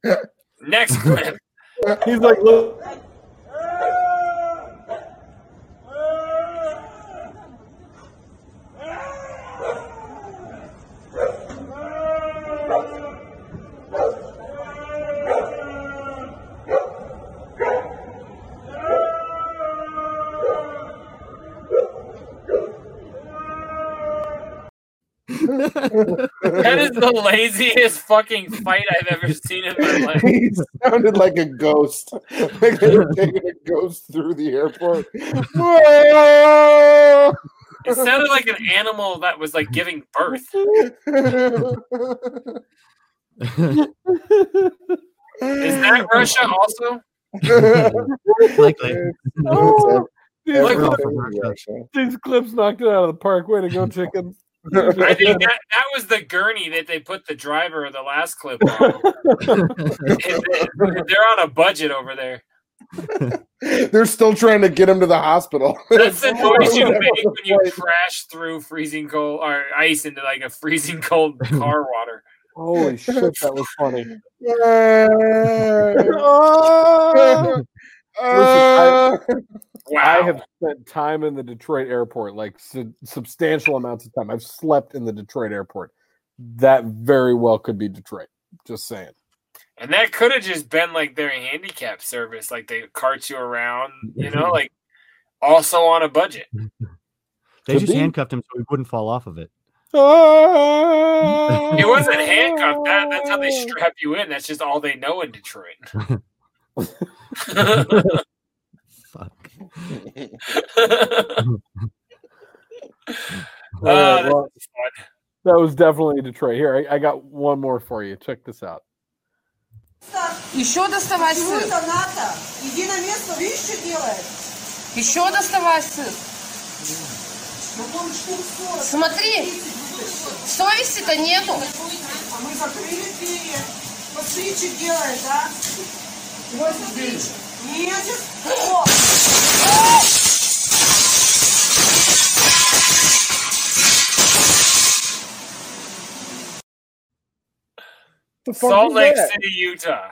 F: <laughs>
D: Next clip.
I: He's like, look.
D: That is the laziest fucking fight I've ever seen in my life.
F: he sounded like a ghost, <laughs> like they were taking a ghost through the airport. <laughs>
D: It sounded like an animal that was like giving birth. Is that Russia also?
G: <laughs> Likely.
I: Oh, dude,
D: Like-
I: These clips knocked it out of the park. Way to go, chicken.
D: <laughs> I think that, that was the gurney that they put the driver of the last clip on. <laughs> And They're on a budget over there.
F: They're still trying to get him to the hospital. <laughs>
D: That's the noise
I: <laughs>
D: you make when you crash through freezing cold or ice into like a freezing cold car water.
I: Holy shit, that was funny.
F: Listen,
I: I,
D: wow.
I: I have spent time in the Detroit airport, like su- substantial amounts of time. I've slept in the Detroit airport. That very well could be Detroit. Just saying.
D: And that could have just been like their handicap service, like they cart you around, you know, like also on a budget.
G: They
D: Could
G: just
D: be.
G: handcuffed him so he wouldn't fall off of it.
D: It wasn't handcuffed. That, that's
I: <laughs>
D: how they strap you in. That's just all they know in Detroit.
G: Fuck.
I: All right,
D: that's
I: well, that was definitely Detroit. Here, I, I got one more for you. Check this out.
K: Еще доставай сыр. Чего это надо? Иди на место, видишь, что делает? Еще доставай сыр. Смотри, совести-то нету. А мы закрыли перья. Посмотри, что делает, а? Вот смотри. Нет. О! А!
F: fuck
D: Salt
F: is
D: Lake
F: that?
D: City,
I: <laughs>
D: Utah.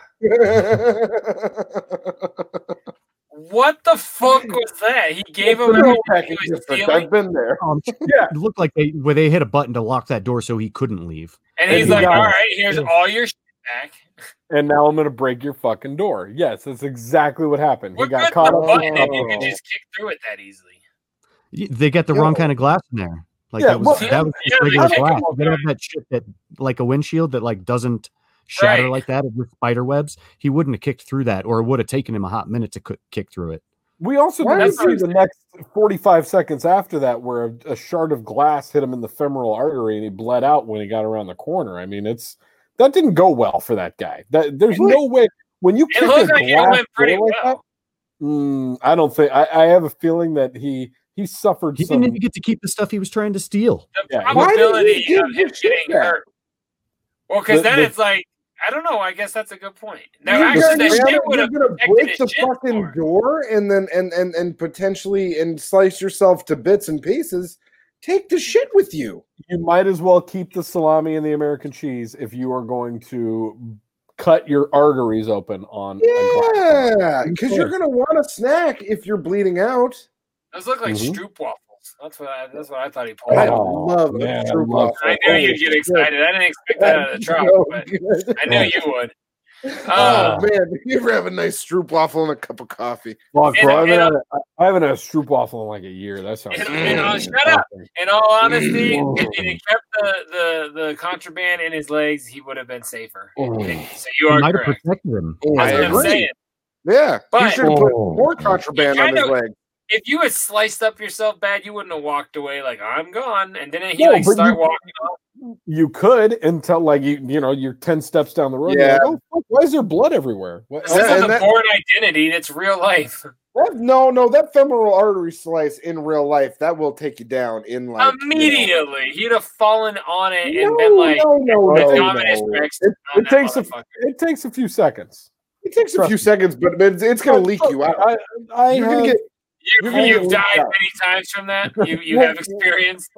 D: What the fuck was that? He gave him
F: <laughs>
D: everything he was stealing,
F: been there.
G: yeah. It looked like they where they hit a button to lock that door so he couldn't leave.
D: and he's
I: he
D: like,
I: got
D: "All
I: it.
D: right, here's all your shit back."
I: And now I'm going to break your fucking door. Yes, that's exactly what happened. He got
D: Good
I: caught
D: the
I: up.
D: button, and you can just kick through it that easily.
G: Y- They get the wrong kind of glass in there. Like
I: Yeah,
G: that was
I: well-
G: that was
I: Yeah,
G: just
I: they
G: regular
I: take
G: glass.
I: them all
G: They don't have that shit that like a windshield that like doesn't shatter
D: Right.
G: like that with spider webs. He wouldn't have kicked through that, or it would have taken him a hot minute to co- kick through it.
I: <laughs> We also
G: Why
I: didn't
G: is
I: see the next 45 seconds after that where a, a shard of glass hit him in the femoral artery and he bled out when he got around the corner. I mean, it's that didn't go well for that guy. That there's no way when you
D: It
I: kick
D: looked
I: a
D: like it
I: glass
D: went pretty
I: door like that, mm, I don't think I, I have a feeling that he he suffered
G: He
I: some
G: didn't even get to keep the stuff he was trying to steal.
I: yeah, he-
D: Probability of him getting
I: back?
D: hurt. Well, because
G: The-
D: then
G: the-
D: it's like, I don't know. I guess that's a good point. Now,
F: You're
D: actually,
F: gonna-
D: that shit
F: you're
D: would have
F: gonna
D: protected
F: break
D: his
F: the
D: shit.
F: fucking door and then and and and potentially and slice yourself to bits and pieces. Take the shit with you.
I: you might as well keep the salami and the American cheese if you are going to cut your arteries open on
F: Yeah, because you're
I: Sure.
F: gonna want a snack if you're bleeding out.
D: Those look like
I: Mhm.
D: Stroop waffles. Colts. That's what I, that's what I thought he pulled.
F: Oh, I love a true love.
D: I knew you'd get excited. I didn't expect that
F: <laughs>
D: out of the truck, but uh, I knew you would.
F: Oh, man, you ever have a nice stroopwafel and a cup of coffee?
D: And-
I: Fuck, bro, I haven't,
D: and- uh,
I: had a, I haven't had a stroopwafel in like a year. That sounds.
D: In, in all, shut up. In all honesty, if he kept the, the, the contraband in his legs, he would have been safer. So you are
G: might
D: correct.
G: have protected him.
D: That's what I'm saying.
F: Yeah,
D: But-
F: he should have put
I: Oh.
F: more
D: You
F: contraband on
D: kinda-
F: his leg.
D: If you had sliced up yourself bad, you wouldn't have walked away like I'm gone, and then he
I: No,
D: like
I: but
D: start
I: you-
D: walking off.
I: You could until like you you know you're ten steps down the road.
F: Yeah.
I: Yeah. oh, fuck, why is there blood everywhere? What?
D: This isn't
F: and
D: a
F: that-
D: born identity. That's real life.
F: That, no, no, that femoral artery slice in real life that will take you down in like you know.
D: Immediately, he'd have fallen on it and
F: No,
D: been like,
F: no, no,
D: "It's
F: no,
D: Dominus
F: no.
D: Rex."
I: It,
D: on
I: it
D: that
I: takes a
D: motherfucker."
I: it takes a few seconds.
F: It takes a
I: Trust
F: few
I: me.
F: seconds, but but it's, it's gonna leak you out.
I: I, I
F: You're
I: have,
F: gonna get
D: You,
F: You're gonna
D: you've
F: lose
D: died
F: out.
D: many times from
F: <laughs>
D: that. You you
F: Yeah.
D: have experienced.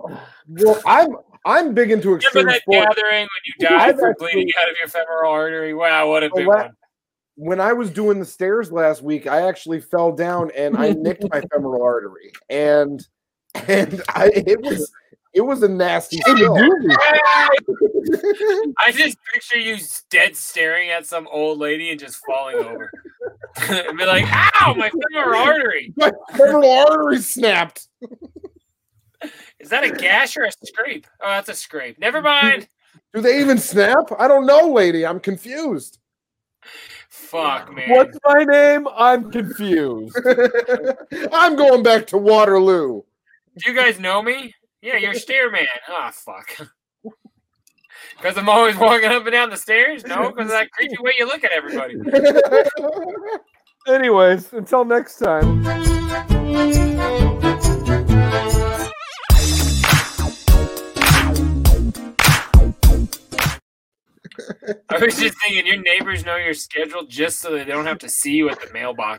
F: well, I'm I'm big into extreme
D: Remember that
F: sports.
D: gathering when you died
F: I've
D: from
F: actually-
D: bleeding out of your femoral artery? Wow, what a
F: The
D: big
F: la-
D: one!
F: When I was doing the stairs last week, I actually fell down and I nicked my femoral artery, and and I it was it was a nasty spill.
D: I just picture you dead staring at some old lady and just falling over. <laughs> and be like, ow, my femoral artery.
F: <laughs> My femoral artery snapped.
D: Is that a gash or a scrape? Oh, that's a scrape. Never mind.
F: Do they even snap? I don't know, lady. I'm confused. <laughs>
D: Fuck, man.
I: What's my name? I'm confused.
F: I'm going back to Waterloo.
D: Do you guys know me? Yeah, you're stair man. Ah, fuck. <laughs> Because I'm always walking up and down the stairs? No, because that creepy way you look at everybody.
I: Anyways, until next time. <laughs>
D: I was just thinking your neighbors know your schedule just so they don't have to see you at the mailbox.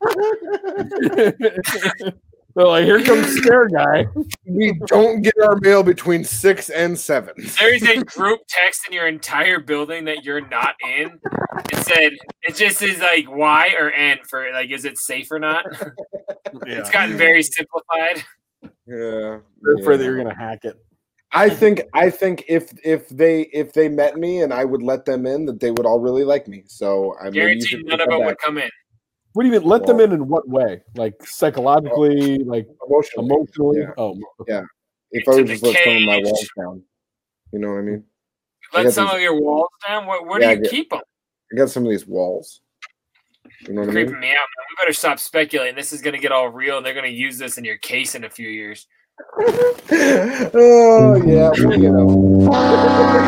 I: They're like, here comes Scare Guy.
F: We don't get our mail between six and seven.
D: There's a group text in your entire building that you're not in. It said it just is like Y or N for like is it safe or not? It's gotten very simplified.
F: Yeah.
I: They're afraid that
F: yeah.
I: you're gonna hack it.
F: I think I think if if they if they met me and I would let them in, that they would all really like me. So I mean, you
D: Guaranteed
F: should
D: none
F: come
D: of them would
F: back.
D: come in.
I: What do you mean? Let them in in what way? Like psychologically, like
F: emotionally.
I: emotionally?
F: Yeah.
I: Oh,
F: Yeah. If I would
D: the
F: just let some of my
D: cage.
F: walls down, you know what I mean? I
D: Let
F: got
D: some
F: these-
D: of your walls down. Where, where
F: Yeah, I
D: do you
F: get-
D: keep them?
F: I got some of these walls. You know what I mean?
D: Creeping me out, man. We better stop speculating. This is gonna get all real, and they're gonna use this in your case in a few years.
F: <laughs> Oh yeah, well,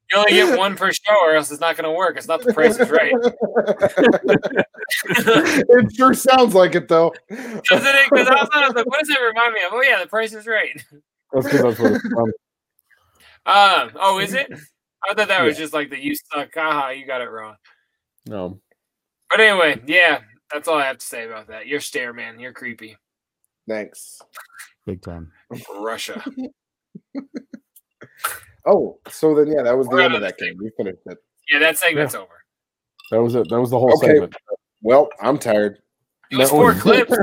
F: you
D: You only get one per show, or else it's not gonna work. It's not the price is right.
F: know. it sure sounds like it though. <laughs>
D: Doesn't it? Because I was I was like, what does that remind me of? Oh yeah, the price is right.
I: That's 'cause that's what it's from.
D: Um. Oh, is it? I thought that was just like the you suck. Haha, you got it wrong.
I: No.
D: But anyway, yeah, that's all I have to say about that. You're stare man. You're creepy.
F: Thanks.
G: Big time.
D: Russia.
F: Oh, so then yeah, that was the
D: We're
F: end
D: out
F: of
D: of
F: that game. We finished it.
D: Yeah, that segment's over.
I: That was it. That was the whole
F: Okay.
I: segment.
F: Well, I'm tired.
D: It was
I: That
D: four
I: was- <laughs>
D: clips.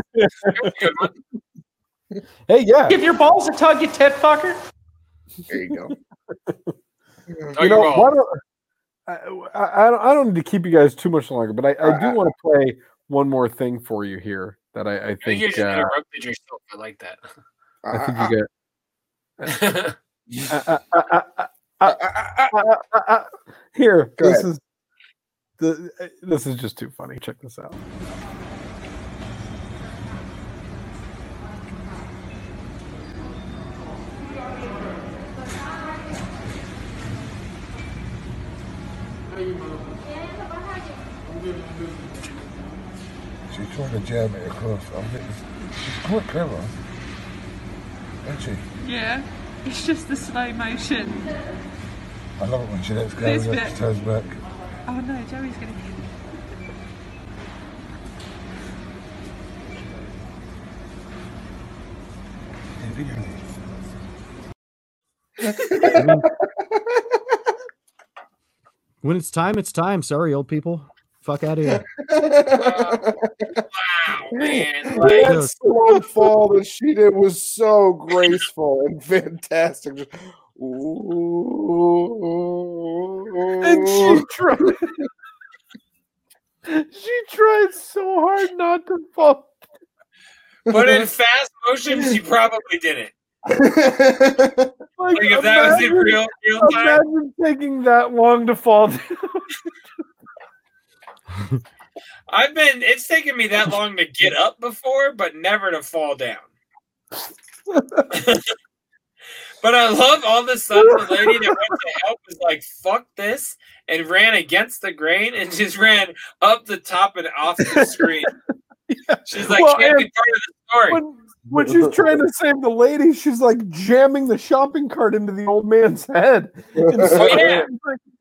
I: Hey, yeah.
S: Give your balls a tug, you tit fucker.
F: There you go.
D: Oh, you're wrong.
I: why don't- I, I, I don't- I don't need to keep you guys too much longer, but I, I
F: Uh,
I: do want to play one more thing for you here that I,
D: I
I: I
D: think you
I: think
D: just
I: uh,
D: interrupted yourself. I like that.
I: I
F: Uh,
I: think you
D: <laughs>
I: <laughs>
D: get.
I: Uh,
F: uh,
I: Here,
F: Go
I: this
F: ahead.
I: is the, this is just too funny. Check this out.
T: She's trying to jam it across. I'm getting, she's quite clever, isn't she?
S: Yeah, it's just the slow motion.
T: I love it when she lets go
S: This
T: and then
S: bit.
T: she turns back.
S: Oh no, Joey's gonna.
G: <laughs> When it's time, it's time. Sorry, old people. Fuck out of here.
D: Wow. Oh, man.
I: <laughs>
D: Like,
F: That slow fall that she did was so graceful <laughs> and fantastic. Just, <laughs> ooh.
S: And she
F: <laughs>
S: tried. she tried so hard not to fall.
D: but in fast motion, she probably didn't.
S: Like,
D: Like, if that was in real- real time?
S: Imagine taking that long to fall down.
D: I've been. It's taken me that long to get up before, but never to fall
F: <laughs>
D: down. but I love all of a sudden the lady that went to help was like, "Fuck this," and ran against the grain and just ran up the top and off the
F: <laughs>
D: screen. She's like,
F: Well,
D: "Can't be
F: and
D: part of the story."
F: When she's trying to save the lady, she's like jamming the shopping cart into the old man's head. And so-
D: Oh, Yeah.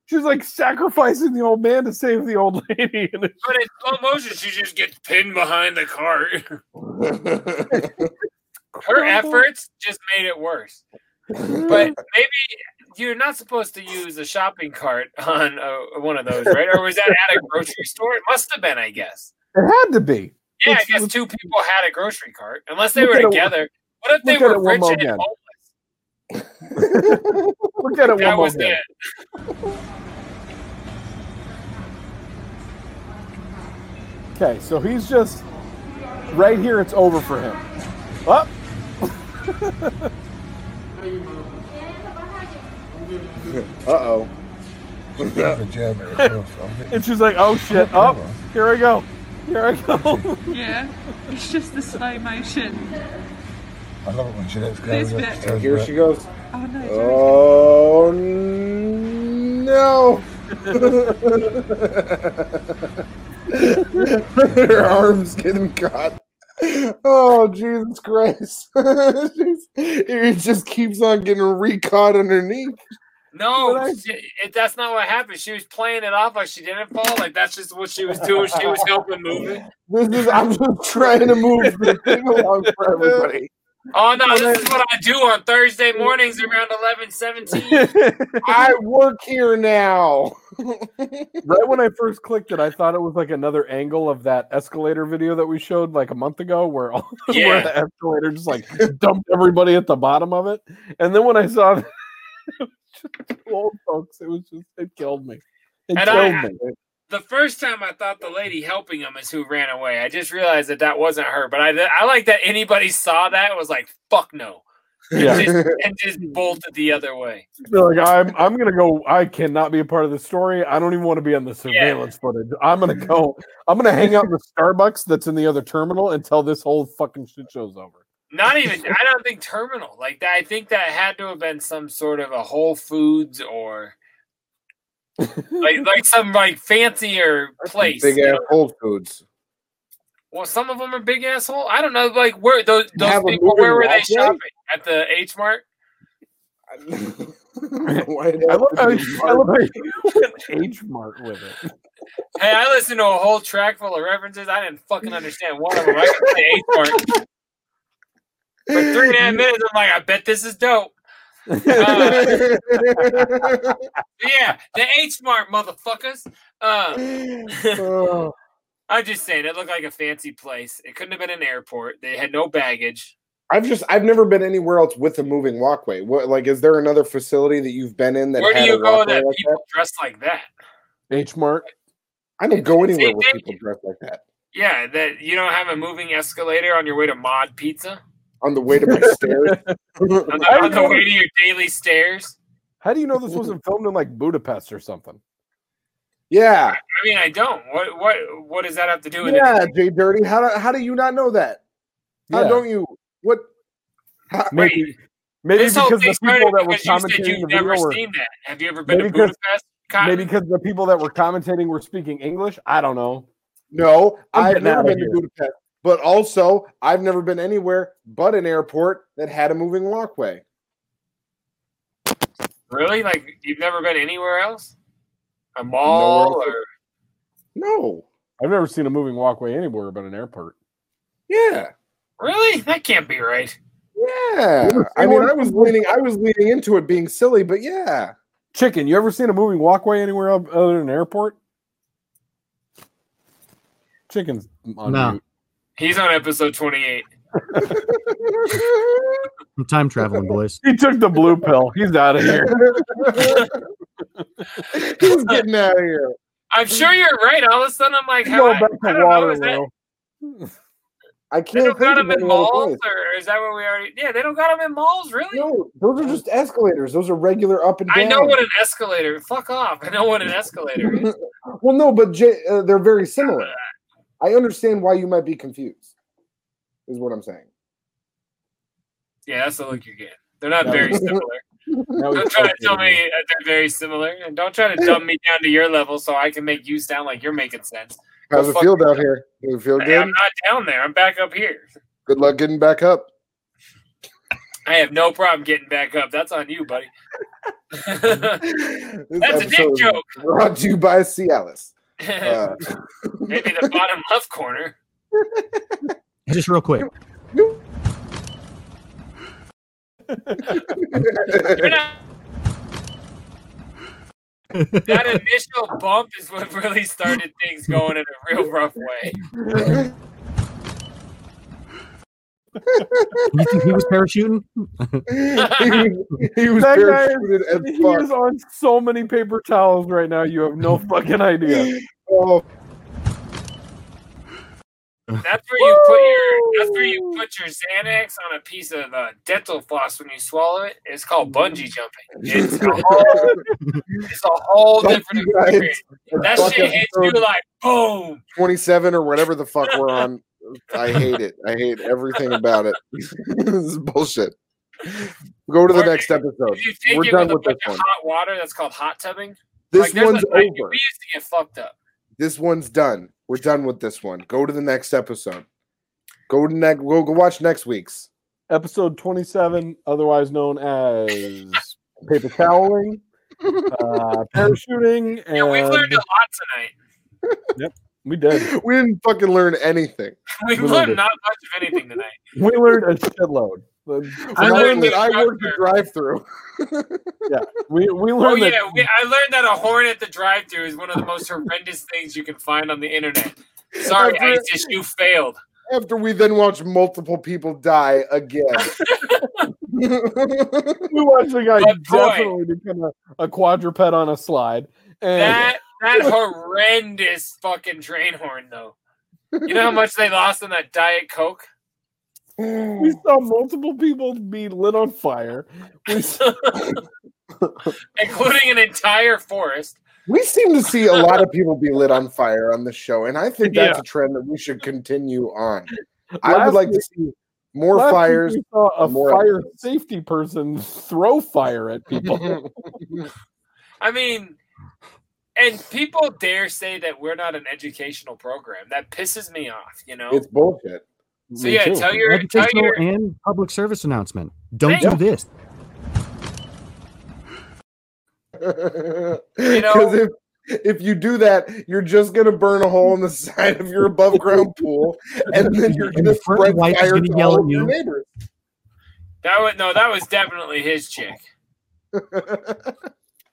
F: She's like sacrificing the old man to save the old lady. <laughs> And
D: But in slow motion, she just gets pinned behind the
F: <laughs>
D: cart. Her efforts just made it worse. But maybe you're not supposed to use a shopping cart on uh one of those, right? Or was that at a grocery store? It must have been, I guess.
F: it had to be.
D: Yeah, I guess two people had a grocery cart, unless they
F: Look
D: were
F: at it-
D: together. What if they
F: look at
D: were rich
F: it one more
D: and
F: again.
D: homeless?
F: <laughs> Look at it one
D: That
F: more
D: was
F: time.
D: it.
F: Okay, so he's just right here. It's over for him. Up. uh oh. and she's like, "Oh shit! Up here I go. Here I go." <laughs>
S: Yeah, <laughs> it's just the slow motion.
T: I love it when Jeanette's
S: Please,
T: going. up
S: Matt.
T: to turn
F: here
T: back.
F: she goes.
S: Oh no, Jerry's
F: Oh
I: <laughs>
F: no! Her arms getting caught. Oh Jesus Christ! <laughs> She's- it just keeps on getting re-caught underneath.
D: No, she- it, that's not what happened. She was playing it off like she didn't fall. Like that's just what she was doing. She was helping move it.
F: This is I'm just trying to move the thing along for everybody.
D: Oh no, this is what I do on Thursday mornings around eleven seventeen.
F: <laughs> I work here now. <laughs>
I: right when I first clicked it, I thought it was like another angle of that escalator video that we showed like a month ago, where all where
F: Yeah.
I: the escalator just like dumped everybody at the bottom of it. And then when I saw that, <laughs> it was just two old folks, it was just it killed me. It
D: And
I: killed
D: I-
I: me.
D: The first time I thought the lady helping him is who ran away. I just realized that that wasn't her. But I, I like that anybody saw that and was like, "Fuck no," and,
I: Yeah.
D: just, and just bolted the other way.
I: They're like I'm I'm gonna go. I cannot be a part of the story. I don't even want to be on the surveillance footage. I'm
D: Mm-hmm.
I: gonna go. I'm gonna hang out in the Starbucks that's in the other terminal until this whole fucking shit show's over.
D: Not
F: <laughs>
D: even. I don't think terminal like that. I think that had to have been some sort of a Whole Foods or like like some like fancier place.
F: Big
D: you
F: ass
D: know?
F: Whole Foods.
D: Well, some of them are big asshole. I don't know. Like where those, those
F: Have a
D: people? Where were they
F: moving walkway?
D: shopping at the H Mart?
F: I love <laughs> how I love
D: <laughs>
F: how you went H Mart with it.
D: Hey, I listened to a whole track full of references. I didn't fucking understand one of them. I could play H Mart for three and
F: <laughs>
D: a half minutes. I'm like, I bet this is dope. Uh, yeah, the H Mart motherfuckers. Uh, I'm just saying, it looked like a fancy place. It couldn't have been an airport. They had no baggage.
F: I've just I've never been anywhere else with a moving walkway. What like is there another facility that you've been in that
D: Where do
F: had
D: you
F: a
D: go
F: walkway
D: that
F: like
D: people dress like that?
F: H Mart. I don't go
D: it's-
F: anywhere where
D: they-
F: people dress like that.
D: Yeah, that you don't have a moving escalator on your way to Mod Pizza
F: On the way to my stairs.
I: <laughs>
F: <laughs>
D: on the, on the way to your daily stairs.
I: How do you know
D: <laughs>
I: this wasn't filmed in like Budapest or something?
F: Yeah.
D: I mean, I don't. What what what does that have to do with
F: Yeah,
D: it?
F: Jay Dirty. How do, how do you not know that? How
D: Yeah.
F: don't you? What? How,
D: Maybe-
I: Maybe
D: this whole
I: because
D: thing
I: the
D: started
I: people that were
D: because you said
I: commentating the
D: you've never
I: video were
D: seen that. Have you ever been to
I: Maybe 'cause-
D: Budapest? Cotton?
I: maybe because the people that were commentating were speaking English. I don't know.
F: No,
I: I'm
F: I've
I: getting
F: never
I: outta
F: been
I: here.
F: to Budapest, but also I've never been anywhere but an airport that had a moving walkway.
D: Really? Like you've never been anywhere else? A mall
I: Nowhere
D: or
I: else.
F: No,
I: I've never seen a moving walkway anywhere but an airport.
F: Yeah.
D: really? That can't be right.
F: Yeah.
I: Never seen
F: I mean,
I: one.
F: I was leaning, I was leaning into it being silly, but
I: <laughs>
F: yeah.
I: Chicken, you ever seen a moving walkway anywhere el- other than an airport? Chicken's on
G: No.
I: mute.
D: He's on episode 28.
G: I'm time traveling, boys.
I: He took the blue pill. He's
D: <laughs>
I: out of here.
F: He's getting out of here.
D: I'm sure you're right. All of a sudden, I'm like,
F: He's
D: how
F: going
D: I-
F: back to
D: I don't know, is that- <laughs>
F: Waterloo. I
D: They
F: can't
D: don't
F: think
D: got
F: of
D: them in
F: any other
D: malls,
F: place.
D: or is that what we already? Yeah, they don't got them in malls, really.
F: No, those are just escalators. Those are regular up and down.
D: I know what an escalator. Fuck off! I know what an escalator is.
F: <laughs> well, no, but J- uh, they're
D: <laughs>
F: very similar. I understand why you might be confused. Is what I'm saying.
D: Yeah, that's the look you're getting. They're not very similar.
F: Now
D: Don't
F: he's
D: try to tell me that they're very similar, and don't try to dumb
F: <laughs>
D: me down to your level so I can make you sound like you're making sense.
F: How's it
D: Fuck-
F: feel down here? Does it feel
D: Hey, I'm
F: good?
D: not down there. I'm back up here.
F: Good luck getting back up.
D: I have no problem getting back up. That's on you, buddy. <laughs>
F: This
D: <laughs> That's a dick
F: episode is
D: joke.
F: Brought to you
D: <laughs>
F: by Cialis. Uh, <laughs>
D: Maybe the bottom left corner.
G: Just real quick.
D: You're not- that initial bump is what really started things going in a real rough way.
G: You think he was parachuting?
F: he was
I: that guy
F: parachuted
I: is-
F: as
I: he
F: fuck.
I: is on so many paper towels right now. You have <laughs> no fucking idea.
F: oh,
D: That's where you put your that's where you put your Xanax on a piece of uh, dental floss when you swallow it. It's called bungee jumping. It's
F: <laughs>
D: a whole, it's a whole
F: Fuck
D: different
F: you guys.
D: experience. That
F: Fuck
D: shit hits you
F: episode
D: like boom.
F: 27 or whatever the fuck we're on. I hate it. I hate everything about it. <laughs> this is bullshit. Go to the next episode.
D: If you take
F: We're
D: it
F: done
D: with a
F: with this
D: bunch of
F: one.
D: hot water, that's called hot tubbing.
F: This
D: there's
F: one's
D: a night
F: over.
D: We used to get fucked up.
F: This one's done. We're done with this one. Go to the next episode. Go to next. Go, go watch next week's.
I: Episode 27, otherwise known as paper toweling, <laughs> uh, parachuting, and
D: Yeah, we learned a lot tonight. <laughs>
I: Yep, we did.
F: <laughs> We didn't fucking learn anything.
D: We
I: Literally.
D: learned not much of anything
F: <laughs>
D: tonight.
I: We learned a shitload.
F: I learned that I
D: worked
F: the drive-through.
I: yeah, we we
D: Oh
I: learned
D: yeah,
I: that
D: we, I learned that a horn at the drive-through is one of the most horrendous things you can find on the
F: <laughs>
D: internet. Sorry,
F: After-
D: ISIS, you failed.
F: After we then watched multiple people die again.
I: we watched a guy
D: But boy.
I: definitely become a, a quadruped on a slide. And
D: That that horrendous fucking train horn though. You know how much they lost on that Diet Coke?
I: we saw multiple people be lit on fire.
D: <laughs>
I: We saw,
D: Including an entire forest.
F: We seem to see a lot of people be lit on fire on the show, and I think that's
I: Yeah.
F: a trend that we should continue on. I would like to
I: Last
F: see more
I: last week
F: fires.
I: We saw a
F: and more
I: fire safety person throw fire
D: <laughs>
I: at people.
D: I mean, and people dare say that we're not an educational program. That pisses me off. You know,
F: It's bullshit.
D: So yeah, tell your- tell
G: educational
D: your-
G: and public service announcement. Don't
D: Thank-
G: do this.
F: Because
D: You
F: <laughs>
D: know-
F: if, if you do that, you're just going to burn a hole in the <laughs> side of your above ground pool, and then you're going
G: the
F: to
G: front
F: spread
G: wife is
F: fire
G: gonna
F: to
G: yell
F: all
G: at
F: of your
G: you.
F: neighbors.
D: that was no, that was definitely his
G: <laughs>
D: chick.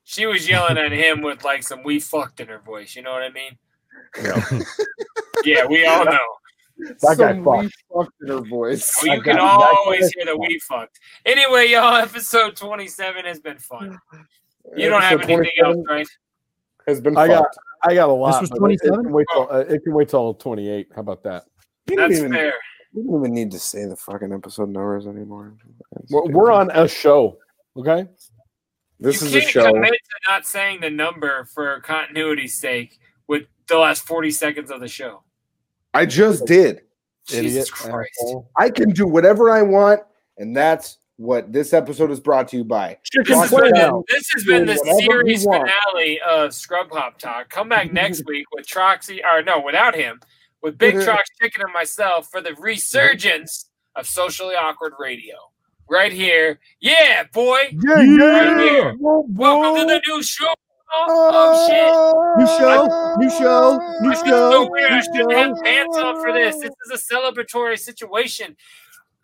D: she was yelling at him with like some "we fucked" in her voice. You know what I mean? Yeah, we all know.
F: That
I: guy
F: fucked. in her voice. <laughs>
D: Well, Oh, you can always hear that we fucked. Anyway, y'all, <laughs> episode twenty-seven has been fun. You don't have
F: Episode
D: anything else,
F: 27
D: right?
F: Has been
I: I got
F: fucked.
I: I got a lot.
F: was
I: but it- It
F: 27?
I: can wait till, uh, it can wait till 28. How about that?
F: You don't
D: That's
F: even-
D: fair.
F: We don't even need to say the fucking episode numbers anymore.
I: We're, we're on a show. Okay.
F: This
D: you
F: is a
D: can't
F: show.
D: commit to not saying the number for continuity's sake with the last 40 seconds of the show.
F: I just did.
D: Jesus Christ.
F: I can do whatever I want, and that's what this episode is brought to you by.
D: This has,
F: Watch
D: been
F: it
D: the,
F: out.
D: this has been the
F: Do whatever you
D: series
F: want.
D: finale of Scrub Hop Talk. Come back
F: <laughs>
D: next week with Troxy, or no, without him, with Big Trox Chicken and myself for the resurgence of Socially Awkward Radio. Right here. Yeah, boy.
I: Yeah,
D: Right
I: yeah.
D: here. Welcome to the new show. Oh, shit.
G: New show, new show, new
D: This is so
G: show,
D: weird. I
G: new
D: shouldn't
G: show.
D: have pants on for this. This is a celebratory situation.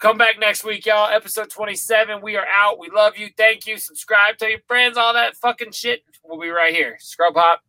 D: Come back next week, y'all. Episode 27. We are out. We love you. Thank you. Subscribe. Tell your friends. All that fucking shit. We'll be right here. Scrub Hop